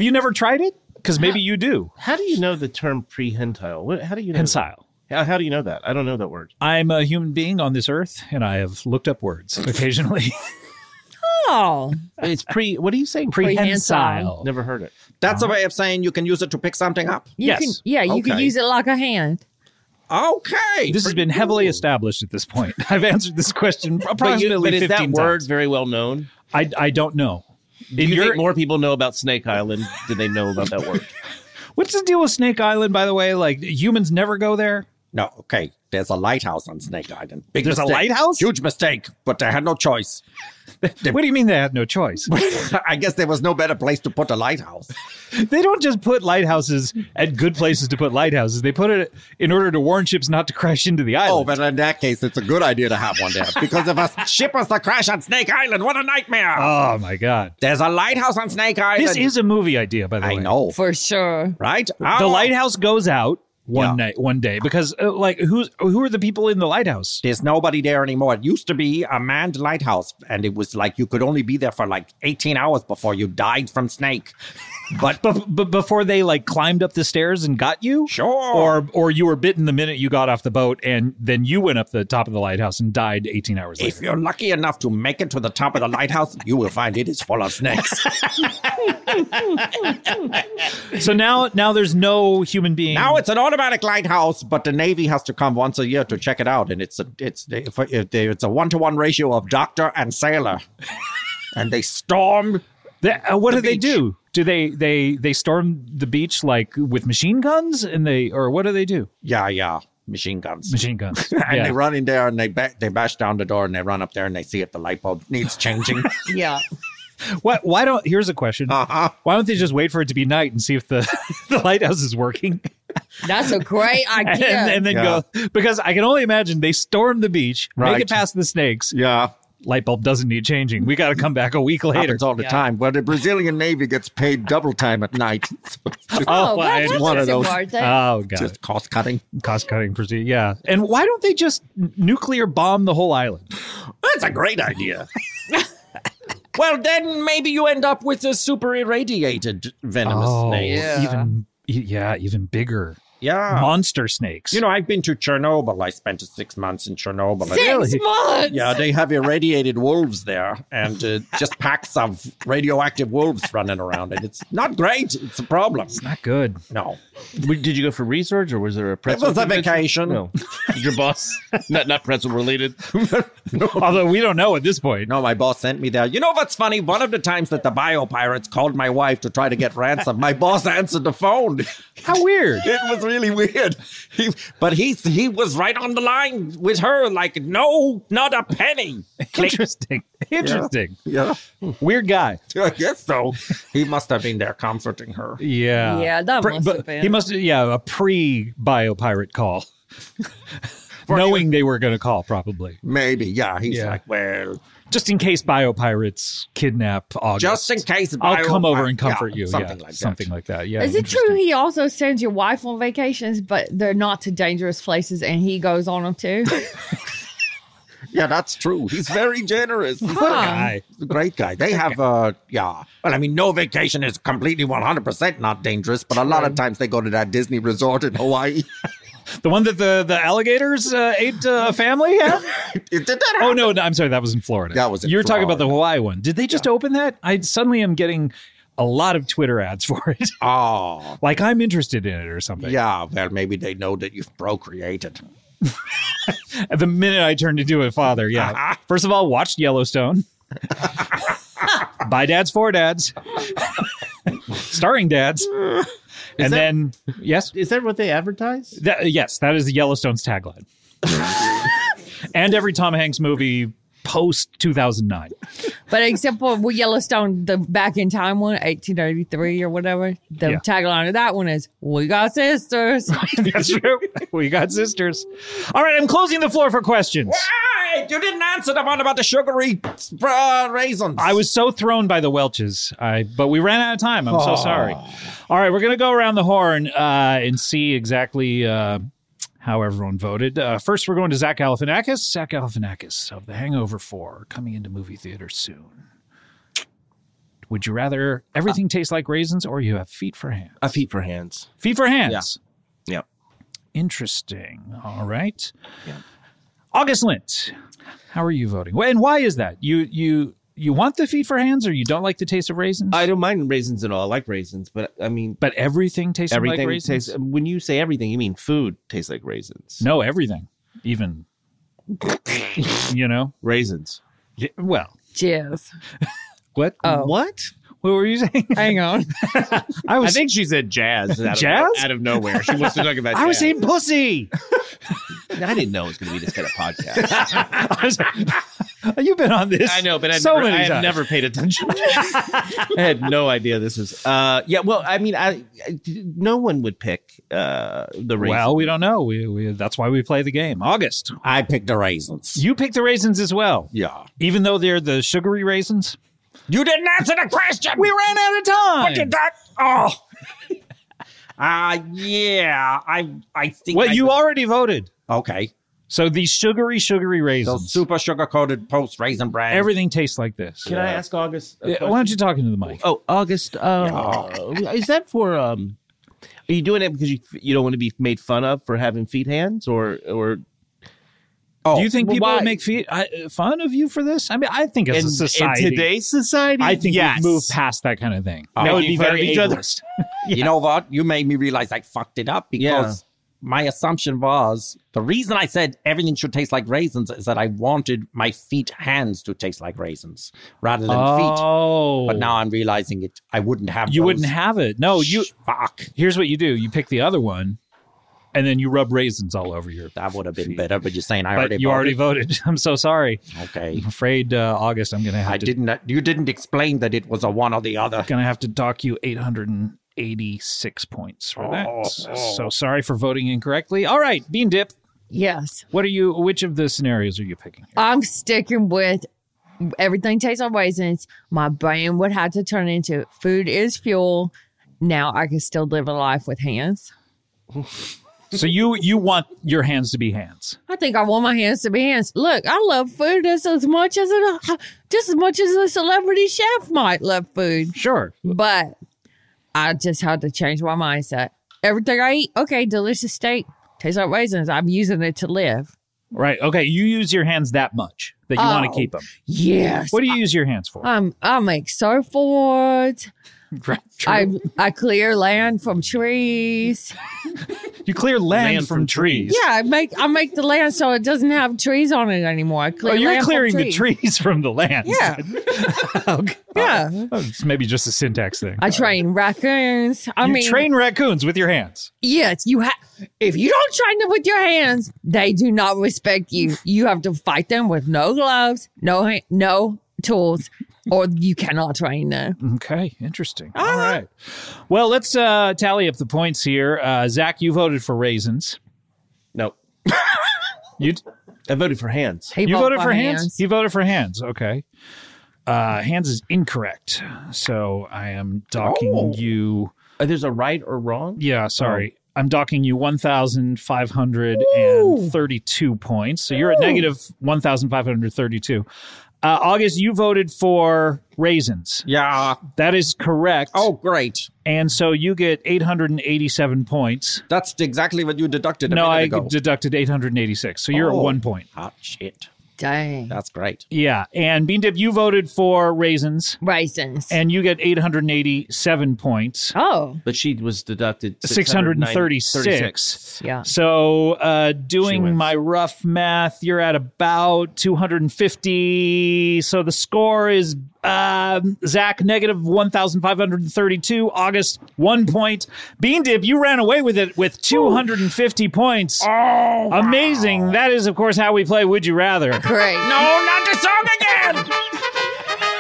B: you never tried it? Because maybe you do.
C: How do you know the term prehensile? What, how do you know? that?
B: Hensile.
C: How, how do you know that? I don't know that word.
B: I'm a human being on this earth, and I have looked up words occasionally.
A: Oh,
C: It's pre. What are you saying?
B: Prehensile.
C: Never heard it.
E: That's a way of saying you can use it to pick something up.
A: you
B: Yes.
A: Can, yeah, you can
E: Okay.
A: use it like a hand.
E: Okay.
B: This has been heavily established at this point. I've answered this question approximately
C: but is
B: 15
C: that
B: times.
C: word very well known?
B: I, I don't know.
C: Do
B: In
C: you
B: your-
C: think more people know about Snake Island than they know about that word?
B: What's the deal with Snake Island, by the way? Like, humans never go there?
E: no, okay. There's a lighthouse on Snake Island. Big
B: There's a
E: mistake.
B: lighthouse?
E: Huge mistake, but they had no choice.
B: What do you mean they had no choice?
E: I guess there was no better place to put a lighthouse.
B: they don't just put lighthouses at good places to put lighthouses. They put it in order to warn ships not to crash into the
E: Oh,
B: island.
E: but in that case, it's a good idea to have one there because if a ship was to crash on Snake Island, what a nightmare!
B: Oh, my God.
E: There's a lighthouse on Snake Island.
B: This is a movie idea, by the
E: I
B: way.
E: know,
A: For sure.
E: right?
B: the lighthouse goes out one
E: Yeah.
B: night one day because uh, like who's who are the people in the lighthouse
E: There's nobody there anymore. It used to be a manned lighthouse, and it was like you could only be there for like 18 hours before you died from Snake. But
B: but but before they like climbed up the stairs and got you
E: Sure.
B: or or you were bitten the minute you got off the boat and then you went up the top of the lighthouse and died 18 hours
E: if
B: later
E: you're lucky enough to make it to the top of the lighthouse, you will find it is full of snakes.
B: so now now there's no human being
E: now it's an automatic lighthouse, but the Navy has to come once a year to check it out, and it's a it's if, if they, it's a one to one ratio of doctor and sailor, and they storm.
B: They- uh, what do
E: the
B: they
E: beach.
B: do do they they they storm the beach like with machine guns and they or what do they do
E: Yeah, yeah, machine guns.
B: machine guns
E: and
B: Yeah.
E: they run in there and they ba- they bash down the door and they run up there and they see if the light bulb needs changing.
A: Yeah.
B: Why, why don't? Here's a question.
E: Uh-huh.
B: Why don't they just wait for it to be night and see if the, the lighthouse is working,
A: That's a great
B: and,
A: idea.
B: and then go? Because I can only imagine they storm the beach, make
E: Right.
B: it past the snakes.
E: yeah,
B: Light bulb doesn't need changing. We got to come back a week later.
E: happens all the
A: Yeah.
E: time. But the Brazilian Navy gets paid double time at night. So
A: oh,
E: it's just,
B: well,
A: well,
B: it's
A: that's
E: one of those-
A: Smart, thing.
B: Oh god,
E: just cost cutting.
B: cost cutting procedure. Yeah, and why don't they just n- nuclear bomb the whole island?
E: That's a great idea.
D: Well, then maybe you end up with a super irradiated venomous
B: Oh.
D: snake.
A: Oh, yeah.
B: even e- yeah, even bigger
E: Yeah.
B: monster snakes.
E: you know, I've been to Chernobyl. I spent six months in Chernobyl.
A: Six months.
E: Yeah, they have irradiated wolves there and uh, just packs of radioactive wolves running around. And it's not great. It's a problem.
B: not good.
E: No.
C: W- Did you go for research or was there a
E: It
C: pretzel?
E: was a
C: convention?
E: vacation.
C: No. Did your boss? Not not pretzel related.
B: Although we don't know at this point.
E: No, my boss sent me there. You know what's funny? One of the times that the bio pirates called my wife to try to get ransom, my boss answered the phone.
B: How weird.
E: It was really weird. He, but he he was right on the line with her, like, no, not a penny. Click.
B: Interesting. Interesting.
E: Yeah,
B: Weird guy.
E: I guess so. He must have been there comforting her.
B: Yeah.
A: Yeah, that
B: Pre-
A: must
B: but
A: have been.
B: He must yeah, a pre bio pirate call. Knowing they were going to call probably.
E: Maybe, yeah. He's
B: Yeah.
E: like, well,
B: Just in case bio pirates kidnap August.
E: just in case.
B: I'll
E: bio-
B: come over and
E: yeah,
B: comfort you.
E: Something
B: yeah,
E: like that.
B: something like that. Yeah.
A: Is it
B: interesting.
A: true he also sends your wife on vacations, but they're not to dangerous places and he goes on them too?
E: Yeah, that's true. He's very generous.
B: What a guy.
E: He's a great guy. They have, uh, yeah. Well, I mean, no vacation is completely 100% not dangerous, but a lot of times they go to that Disney resort in Hawaii.
B: The one that the the alligators uh, ate uh, a family had?
E: Did that happen?
B: Oh no, no, I'm sorry, that was in Florida.
E: That was in
B: You're talking about the
E: Florida.
B: Hawaii one. Did they just open that? I suddenly am getting a lot of Twitter ads for it.
D: Oh,
B: like I'm interested in it or something.
D: yeah. Well, maybe they know that you've procreated.
B: At the minute I turned into a father, yeah. First of all, watched Yellowstone. By dads for dads. Starring dads. and
C: that-
B: then yes.
C: Is that what they advertise?
B: That, yes, that is Yellowstone's tagline. and every Tom Hanks movie post 2009.
A: But except for with Yellowstone, the back in time one, 1893 or whatever, the
B: Yeah.
A: tagline of that one is, We got sisters.
B: That's true. we got sisters. All right, I'm closing the floor for questions.
E: Hey, you didn't answer the one about the sugary uh, raisins.
B: I was so thrown by the Welches, I, but we ran out of time. I'm so sorry. All right, we're going to go around the horn uh, and see exactly uh, how everyone voted. Uh, first, we're going to Zach Galifianakis. Zach Galifianakis of The Hangover 4 coming into movie theater soon. Would you rather everything tastes like raisins or you have feet for hands?
C: A feet for hands.
B: Feet for hands.
C: Yeah. Yep.
B: Interesting. All right.
C: Yeah.
B: August Lint, how are you voting? Wh- And why is that? You you you want the feet for hands, or you don't like the taste of raisins?
C: I don't mind raisins at all. I like raisins, but I mean
B: but everything tastes
C: everything
B: like raisins.
C: tastes. When you say everything, you mean food tastes like raisins.
B: no, everything, even you know.
C: raisins.
B: Y- Well,
A: Cheers.
B: what
A: Oh.
C: What?
B: what were you saying?
A: Hang on.
B: I
F: I
B: was
F: think she said jazz. Out of,
B: Jazz?
F: Out of nowhere. She wants to talk about
B: I was
F: jazz.
B: saying pussy.
C: I didn't know it was going to be this kind of podcast.
B: I was like, You've been on this.
F: I know, but I've
B: so
F: never,
B: many
F: I have
B: times.
F: never paid attention.
C: I had no idea this is. Uh, yeah. Well, I mean, I, I no one would pick uh, the raisin.
B: Well, we don't know. We, we that's why we play the game. August,
D: I picked the raisins.
B: you pick the raisins as well.
D: yeah.
B: even though they're the sugary raisins.
E: you didn't answer the question.
B: We ran out of
E: What
B: time.
E: did that? Oh. Uh, yeah. I I think.
B: Well,
E: I
B: you
E: would-
B: already voted.
D: Okay.
B: So these sugary, sugary
D: Those
B: raisins.
D: super sugar coated post raisin bread.
B: everything tastes like this.
C: Can I ask August? a
B: Yeah,
C: question?
B: Why don't you talk into the mic?
C: Oh, August. Uh, Is that for? Um, are you doing it because you you don't want to be made fun of for having feet hands or or
B: Do you think
C: well,
B: people
C: why-
B: would make fe- I, uh, fun of you for this? I mean, I think as
F: in,
B: a society,
F: in today's society,
B: I think
F: yes.
B: we've moved past that kind of thing.
D: Oh.
B: that would be
F: Making fun
B: very
F: of each other.
B: ableist.
D: You know what? You made me realize I fucked it up because my assumption was the reason I said everything should taste like raisins is that I wanted my feet hands to taste like raisins rather than feet.
B: Oh,
D: But now I'm realizing it. I wouldn't have.
B: you
D: those.
B: wouldn't have it. No, you.
D: fuck.
B: Here's what you do: you pick the other one, and then you rub raisins all over your.
D: That would have been better. But you're saying I
B: But
D: already.
B: you already
D: voted?
B: voted. I'm so sorry.
D: Okay.
B: I'm afraid uh, August. I'm gonna have
D: I
B: to
D: didn't. uh, You didn't explain that it was a one or the other.
B: gonna have to dock you 886 points for that. So sorry for voting incorrectly. All right, Bean Dip,
A: Yes.
B: what are you? Which of the scenarios are you picking? Here?
A: I'm sticking with everything tastes like raisins. My brain would have to turn into food is fuel. Now I can still live a life with hands.
B: so you you want your hands to be hands?
A: I think I want my hands to be hands. Look, I love food just as much as a, just as much as a celebrity chef might love food.
B: Sure.
A: But I just had to change my mindset. Everything I eat, okay, delicious steak, tastes like raisins. I'm using it to live.
B: Right. Okay. You use your hands that much that you want
A: Oh.
B: to keep them.
A: Yes.
B: What do you use your hands for?
A: Um, I make surfboards.
B: Right, true.
A: I I clear land from trees.
B: you clear land,
F: Land
B: from,
F: from
B: trees.
A: Yeah, I make I make the land so it doesn't have trees on it anymore. I clear
B: Oh, you're
A: land from
B: clearing the
A: trees.
B: trees from the land.
A: Yeah,
B: okay.
A: yeah.
B: Oh, it's maybe just a syntax thing.
A: I train raccoons. I
B: you
A: mean,
B: train raccoons with your hands.
A: yes, you have. If you don't train them with your hands, they do not respect you. You have to fight them with no gloves, no ha- no tools, or you cannot train them.
B: Okay, interesting. All right. Well, let's uh, tally up the points here. Uh, Zach, you voted for raisins.
C: no?
B: You
C: I voted for hands.
A: He
B: you
A: vote
B: voted for hands? You voted for hands. Okay. Uh, hands is incorrect. So I am docking you.
C: Uh, There's a right or wrong.
B: Yeah, sorry. I'm docking you 1,532 points. So you're at negative 1,532. Uh, August, you voted for raisins.
D: Yeah.
B: That is correct.
D: Oh, great.
B: And so you get 887 points.
D: That's exactly what you deducted a
B: no,
D: minute
B: I
D: ago.
B: deducted 886. So you're
D: Oh.
C: Ah,
B: at one point.
D: Hot shit.
A: Dang.
B: Uh,
D: That's great.
B: Yeah. And Bean Dip, you voted for raisins,
A: Raisins.
B: and you get 887 points.
A: oh,
F: But she was deducted
B: 636.
A: yeah.
B: So, uh, doing
F: wins.
B: my rough math, you're at about 250. So the score is um, Zach negative 1,532. August one point. Bean Dip, you ran away with it with 250 points.
E: Oh,
B: Amazing. That is, of course, how we play Would You Rather.
A: Great.
E: no, not the song again.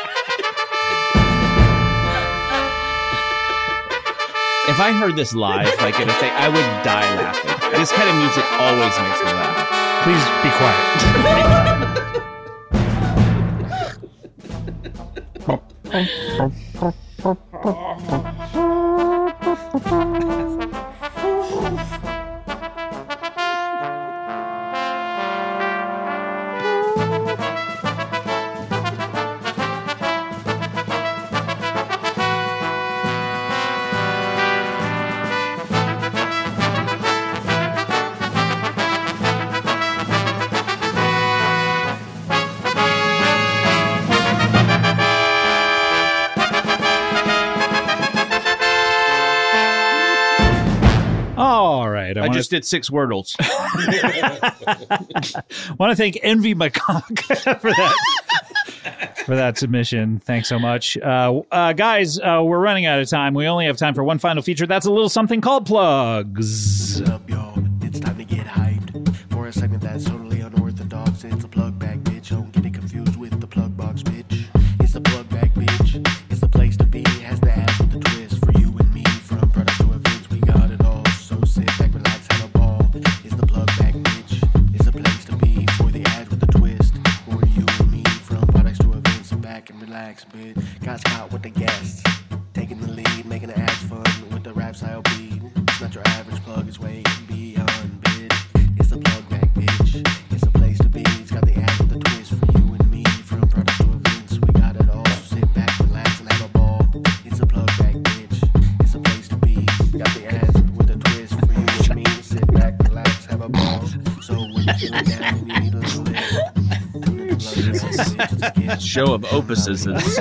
F: If I heard this live, like in a thing, I would die laughing. This kind of music always makes me laugh.
B: Please be quiet. All right. I,
F: I
B: want,
F: just did six wordles.
B: to, want to thank Envy McConk for that. For that submission. Thanks so much. Uh, uh, guys, uh, we're running out of time. We only have time for one final feature. That's a little something called plugs.
G: What's up, y'all? It's time to get hyped for a segment that's totally unorthodox. It's a plug bag, bitch. Don't get it confused with the plug box, bitch. It's the plug bag, bitch. It's the place to be. Has the ass with the twist for you and me. From products to events, we got it all. So sit back, relax, have a ball. It's the plug bag, bitch. It's a place to be for the ads with the twist. Or you and me. From products to events, sit back and relax, bitch. Got hot with the guests. Taking the lead, making the ass fun with the rap style beat. It's not your average plug, it's way beyond, bitch. It's the plug back, bitch. It's a place to be. It's got the act with the twist for you and me. From products to events, we got it all. So sit back, relax, and have a ball. It's a plug back, bitch. It's a place to be. Got the ass with the twist for you and me. Sit back, relax, have a ball. So when you feel down, you need a little lift. Tune into Plug Back, bitch. It's a gift.
F: Show of opuses is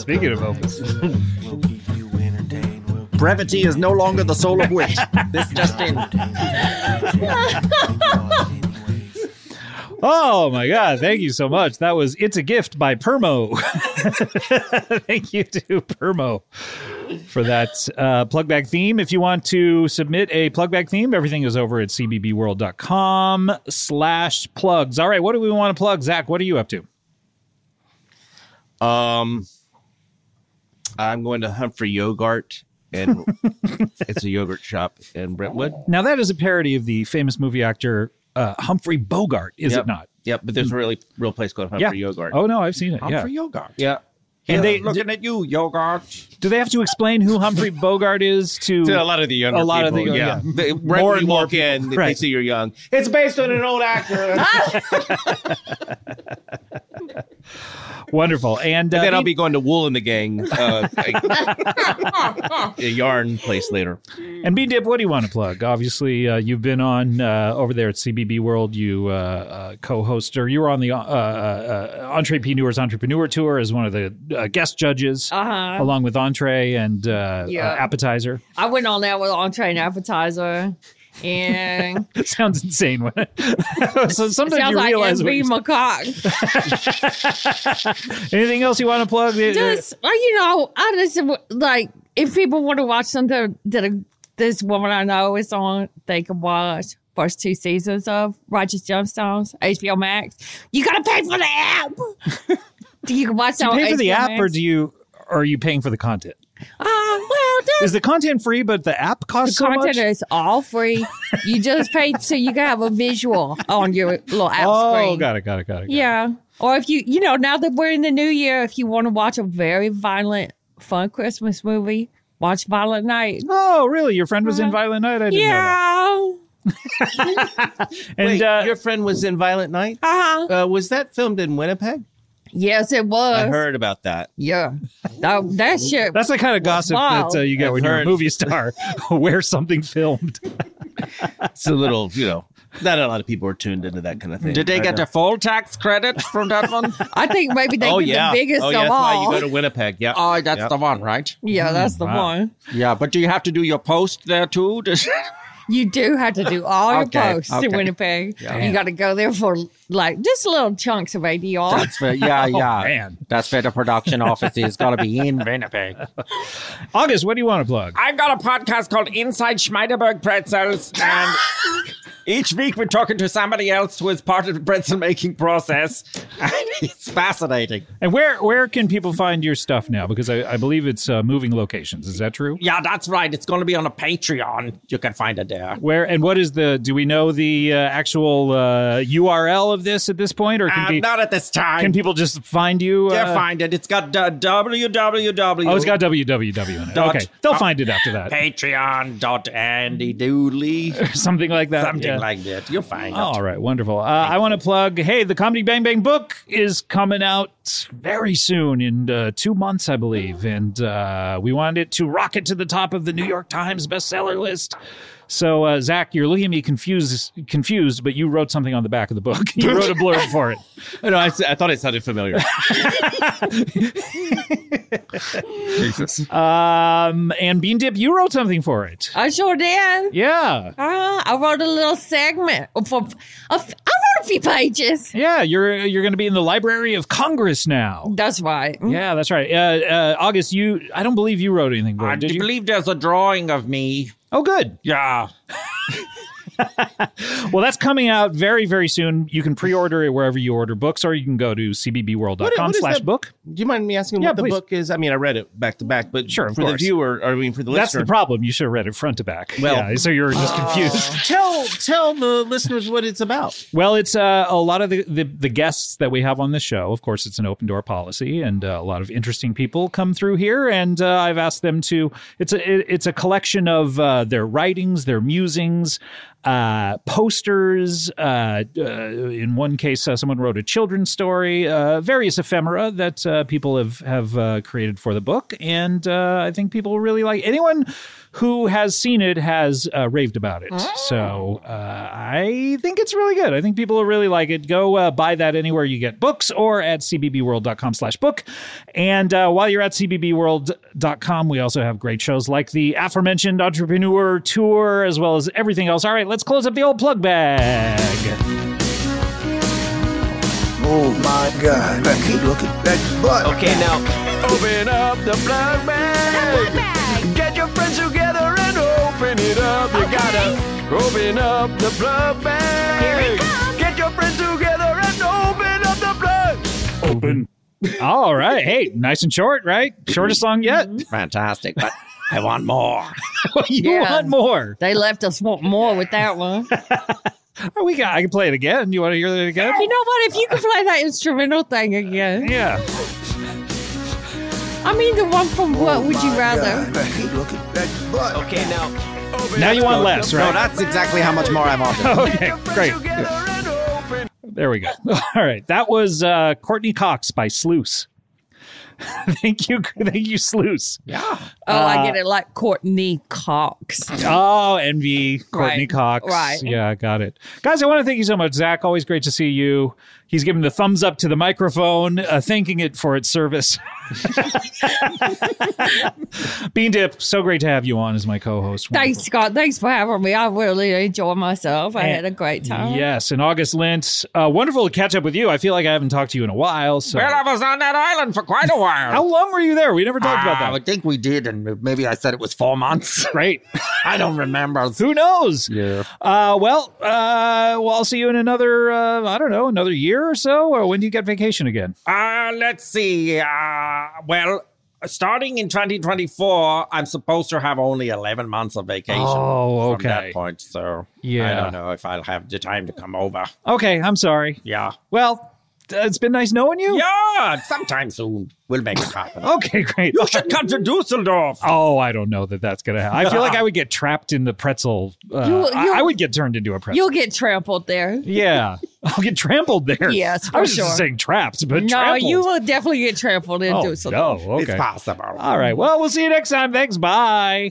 B: Speaking of opens.
G: We'll keep you entertained. We'll keep
D: Brevity is no longer the soul of wit. this just in.
B: Oh my God. Thank you so much. That was It's a Gift by Permo. Thank you to Permo for that uh, plug bag theme. If you want to submit a plug bag theme, everything is over at cbbworld.com slash plugs. All right. What do we want to plug? Zach, what are you up to?
F: Um, I'm going to hunt for yogurt, and it's a yogurt shop in Brentwood.
B: Now, that is a parody of the famous movie actor uh, Humphrey Bogart, is
F: yep.
B: it not?
F: Yep, but there's a really real place called Hunt
B: Yeah.
F: for Yogurt.
B: Oh, no. I've seen it.
D: I'm
B: yeah.
D: for yogurt.
F: Yeah.
B: And they, do,
D: looking at you, yogurt.
B: do they have to explain who Humphrey Bogart is to.
F: To a lot of the younger
B: A lot of the
F: people,
B: young-
F: yeah.
B: yeah.
F: They, right
B: More
F: when
B: and
F: you
B: more
F: walk in,
B: people.
F: they- they
B: Right.
F: see you're young. It's based on an old actor.
B: Wonderful. And, uh,
F: then I'll
B: Bean-
F: be going to Wool in the Gang, uh, like- a yarn place later.
B: And B Dip, what do you want to plug? Obviously, uh, you've been on uh, over there at CBB World. You uh, uh, co-host, or you were on the uh, uh, uh, Entrepreneurs Entrepreneur Tour as one of the uh, guest judges,
A: Uh-huh.
B: along with Entree and uh,
A: Yeah.
B: uh, Appetizer.
A: I went on there with entree and appetizer. And
B: It sounds insane. when- so
A: it
B: sometimes
A: sounds
B: you
A: like
B: realize what
A: SB
B: you-
A: McCock.
B: anything else you want to plug.
A: Just, well, you know, I just, like, if people want to watch something that a, this woman I know is on, they can watch first two seasons of Righteous Gemstones, HBO Max. You got to pay for the app. you can watch that
B: do
A: on
B: you pay for the
A: HBO
B: app,
A: Max.
B: or do you? Or are you paying for the content?
A: Uh, well, no,
B: Is the content free, but the app costs so much?
A: content is all free. You just pay so you can have a visual on your little app
B: oh,
A: screen.
B: got it, got it, got it. got it.
A: Yeah. Or if you, you know, now that we're in the new year, if you want to watch a very violent, fun Christmas movie, watch Violent Night.
B: Oh, really? Your friend was in Violent Night. I didn't know. That.
A: Uh-huh. Yeah.
B: And
F: Wait,
B: uh,
F: your friend was in Violent Night?
A: Uh huh.
F: Uh, was that filmed in Winnipeg?
A: Yes, it was.
F: I heard about that.
A: Yeah. That, that shit.
B: That's the kind of gossip
A: wild.
B: that uh, you get
F: I've
B: when you're a
F: heard.
B: movie star, where something filmed.
F: It's a little, you know,
C: Not a lot of people are tuned into that kind of thing.
D: Did they
C: I
D: get
C: know.
D: the full tax credit from that one?
A: I think maybe they
C: Oh
A: did
C: yeah.
A: the biggest
C: oh yeah.
A: of
C: That's why you
A: all.
C: go to Winnipeg. Yeah.
D: Oh, that's
C: Yep.
D: the one, right?
A: yeah, that's the
B: wow.
A: one.
D: Yeah, but do you have to do your post there too? Does-
A: You do have to do all your
D: Okay,
A: posts
D: okay.
A: in Winnipeg. You got to go there for like just little chunks of ADR.
D: That's where, yeah, yeah.
B: man.
D: That's where the production office is. Got to be in Winnipeg.
B: August, what do you want to plug?
D: I've got a podcast called Inside Schmeiderberg Pretzels, and each week we're talking to somebody else who is part of the pretzel making process. And it's fascinating.
B: And where where can people find your stuff now? Because I, I believe it's uh, moving locations. Is that true?
D: Yeah, that's right. It's going to be on a Patreon. You can find it there.
B: Where and what is the? Do we know the uh, actual uh, URL of this at this point, or can,
D: Uh,
B: pe-
D: not at this time.
B: can people just find you?
D: yeah,
B: uh,
D: find it. It's got uh, www.
B: Oh, it's got www in it.
D: Dot-
B: Okay, they'll
D: uh,
B: find it after that,
D: Patreon.andydoodley.
B: something like that.
D: Something
B: yeah.
D: like that. You'll find it.
B: All right, wonderful. Uh, I want to plug. Hey, the Comedy Bang Bang book is coming out very soon in uh, two months, I believe, and uh, we want it to rocket to the top of the New York Times bestseller list. So, uh, Zach, you're looking at me confused, confused, but you wrote something on the back of the book. You wrote a blurb for it.
C: No, I, I thought it sounded familiar.
B: Um, and Bean Dip, you wrote something for it.
A: I sure did.
B: Yeah,
A: Uh, I wrote a little segment for. a f- I wrote a few pages.
B: yeah. You're you're going to be in the Library of Congress now.
A: That's right. Mm-hmm.
C: Mm-hmm.
B: Yeah, that's right. Uh, uh, August, you. I don't believe you wrote anything. For
D: I
B: it, did
D: do
B: you?
D: believe there's a drawing of me.
B: oh, good.
D: Yeah.
B: Well, that's coming out very, very soon. You can pre-order it wherever you order books, or you can go to
C: What-
B: cbbworld.com
C: what is
B: slash
C: that-
B: book.
C: Do you mind me asking
B: Yeah,
C: what the
B: please.
C: book is? I mean, I read it back to back, but
B: Sure, of
C: for the
B: course.
C: viewer, or I mean, for the
B: That's
C: listener,
B: the problem. You should have read it front to back.
C: Well- uh,
B: yeah, so you were just confused.
C: tell tell the listeners what it's about.
B: Well, it's uh, a lot of the, the, the guests that we have on the show. Of course, it's an open door policy, and uh, a lot of interesting people come through here. And uh, I've asked them to. It's a it- it's a collection of uh, their writings, their musings, uh, posters. Uh, uh, in one case, uh, someone wrote a children's story, uh, various ephemera that uh, people have have uh, created for the book, and uh, I think people really like anyone who has seen it has uh, raved about it.
D: Mm.
B: So uh, I think it's really good. I think people will really like it. Go uh, buy that anywhere you get books or at cbbworld.com slash book. And uh, while you're at cbbworld.com, we also have great shows like the aforementioned Entrepreneur Tour as well as everything else. All right, let's close up the old plug bag.
H: Oh my God. Becky, look at that butt.
C: Okay, now open up the plug bag. Get your friends together and open it up. You gotta open up the plug bag. Here it comes. Get your friends together and open up the plug.
B: All right. Hey, nice and short, right? Shortest song yet.
D: Mm-hmm. Fantastic. But I want more.
B: you
A: Yeah.
B: want more.
A: They left us want more with that one.
B: Oh, we got, I can play it again. You want to hear that again?
A: You know what? If you could play that instrumental thing again,
B: Yeah.
A: I mean the one from What Would You Rather?
H: Becky, look at that butt.
C: Okay, now.
B: Now you want less, right?
D: No, that's exactly how much more I want.
B: okay, great. There we go. All right, that was uh, Courtney Cox by Sluice. thank you, thank you, Sluice.
A: Oh, I get it. Like Courtney Cox.
B: Oh, envy, Courtney
A: Right,
B: Cox.
A: right.
B: Yeah, got it, guys. I want to thank you so much, Zach. Always great to see you. He's giving the thumbs up to the microphone, uh, thanking it for its service. Bean Dip, so great to have you on as my co-host.
A: Thanks, Scott. Thanks for having me. I really enjoyed myself.
B: Eh,
A: I had a great time.
B: Yes, and August Lint, uh, wonderful to catch up with you. I feel like I haven't talked to you in a while. So,
D: Well, I was on that island for quite a while.
B: how long were you there? We never talked about
D: Ah,
B: that.
D: I think we did, and maybe I said it was four months.
B: Great.
D: I don't remember.
B: Who knows?
D: Yeah.
B: Uh, well, uh, well, I'll see you in another, uh, I don't know, another year or so. Or when do you get vacation again?
D: Uh, let's see. Uh, well, starting in 2024, I'm supposed to have only 11 months of vacation.
B: Oh,
D: From that
B: okay.
D: point, so I
B: Yeah.
D: don't know if I'll have the time to come over.
B: Okay, I'm sorry.
D: Yeah.
B: Well, uh, it's been nice knowing you.
D: Yeah, sometime soon. We'll make it happen.
B: Okay, great.
D: You should come to Dusseldorf.
B: Oh, I don't know that that's gonna happen. I feel like I would get trapped in the pretzel. Uh,
A: You-
B: I-
A: you-
B: I, would get turned into a pretzel.
A: You'll get trampled there.
B: Yeah, I'll get trampled there.
A: Yes,
B: I
A: for
B: was
A: sure.
B: just saying trapped, but
A: no,
B: trampled.
A: you will definitely get trampled into
B: Oh,
A: something.
B: no, okay.
D: It's possible.
B: All right. Well, we'll see you next time. Thanks. Bye.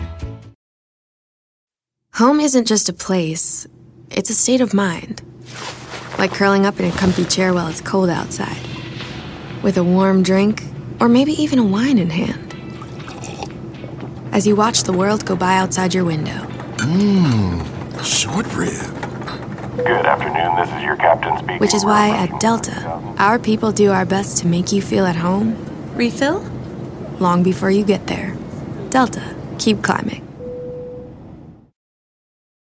I: Home isn't just a place, it's a state of mind. Like curling up in a comfy chair while it's cold outside, with a warm drink, or maybe even a wine in hand. As you watch the world go by outside your window,
J: Mmm, short rib.
K: Good afternoon. This is your captain speaking.
I: which is why at Delta, our people do our best to make you feel at home. Refill? Long before you get there. Delta, keep climbing.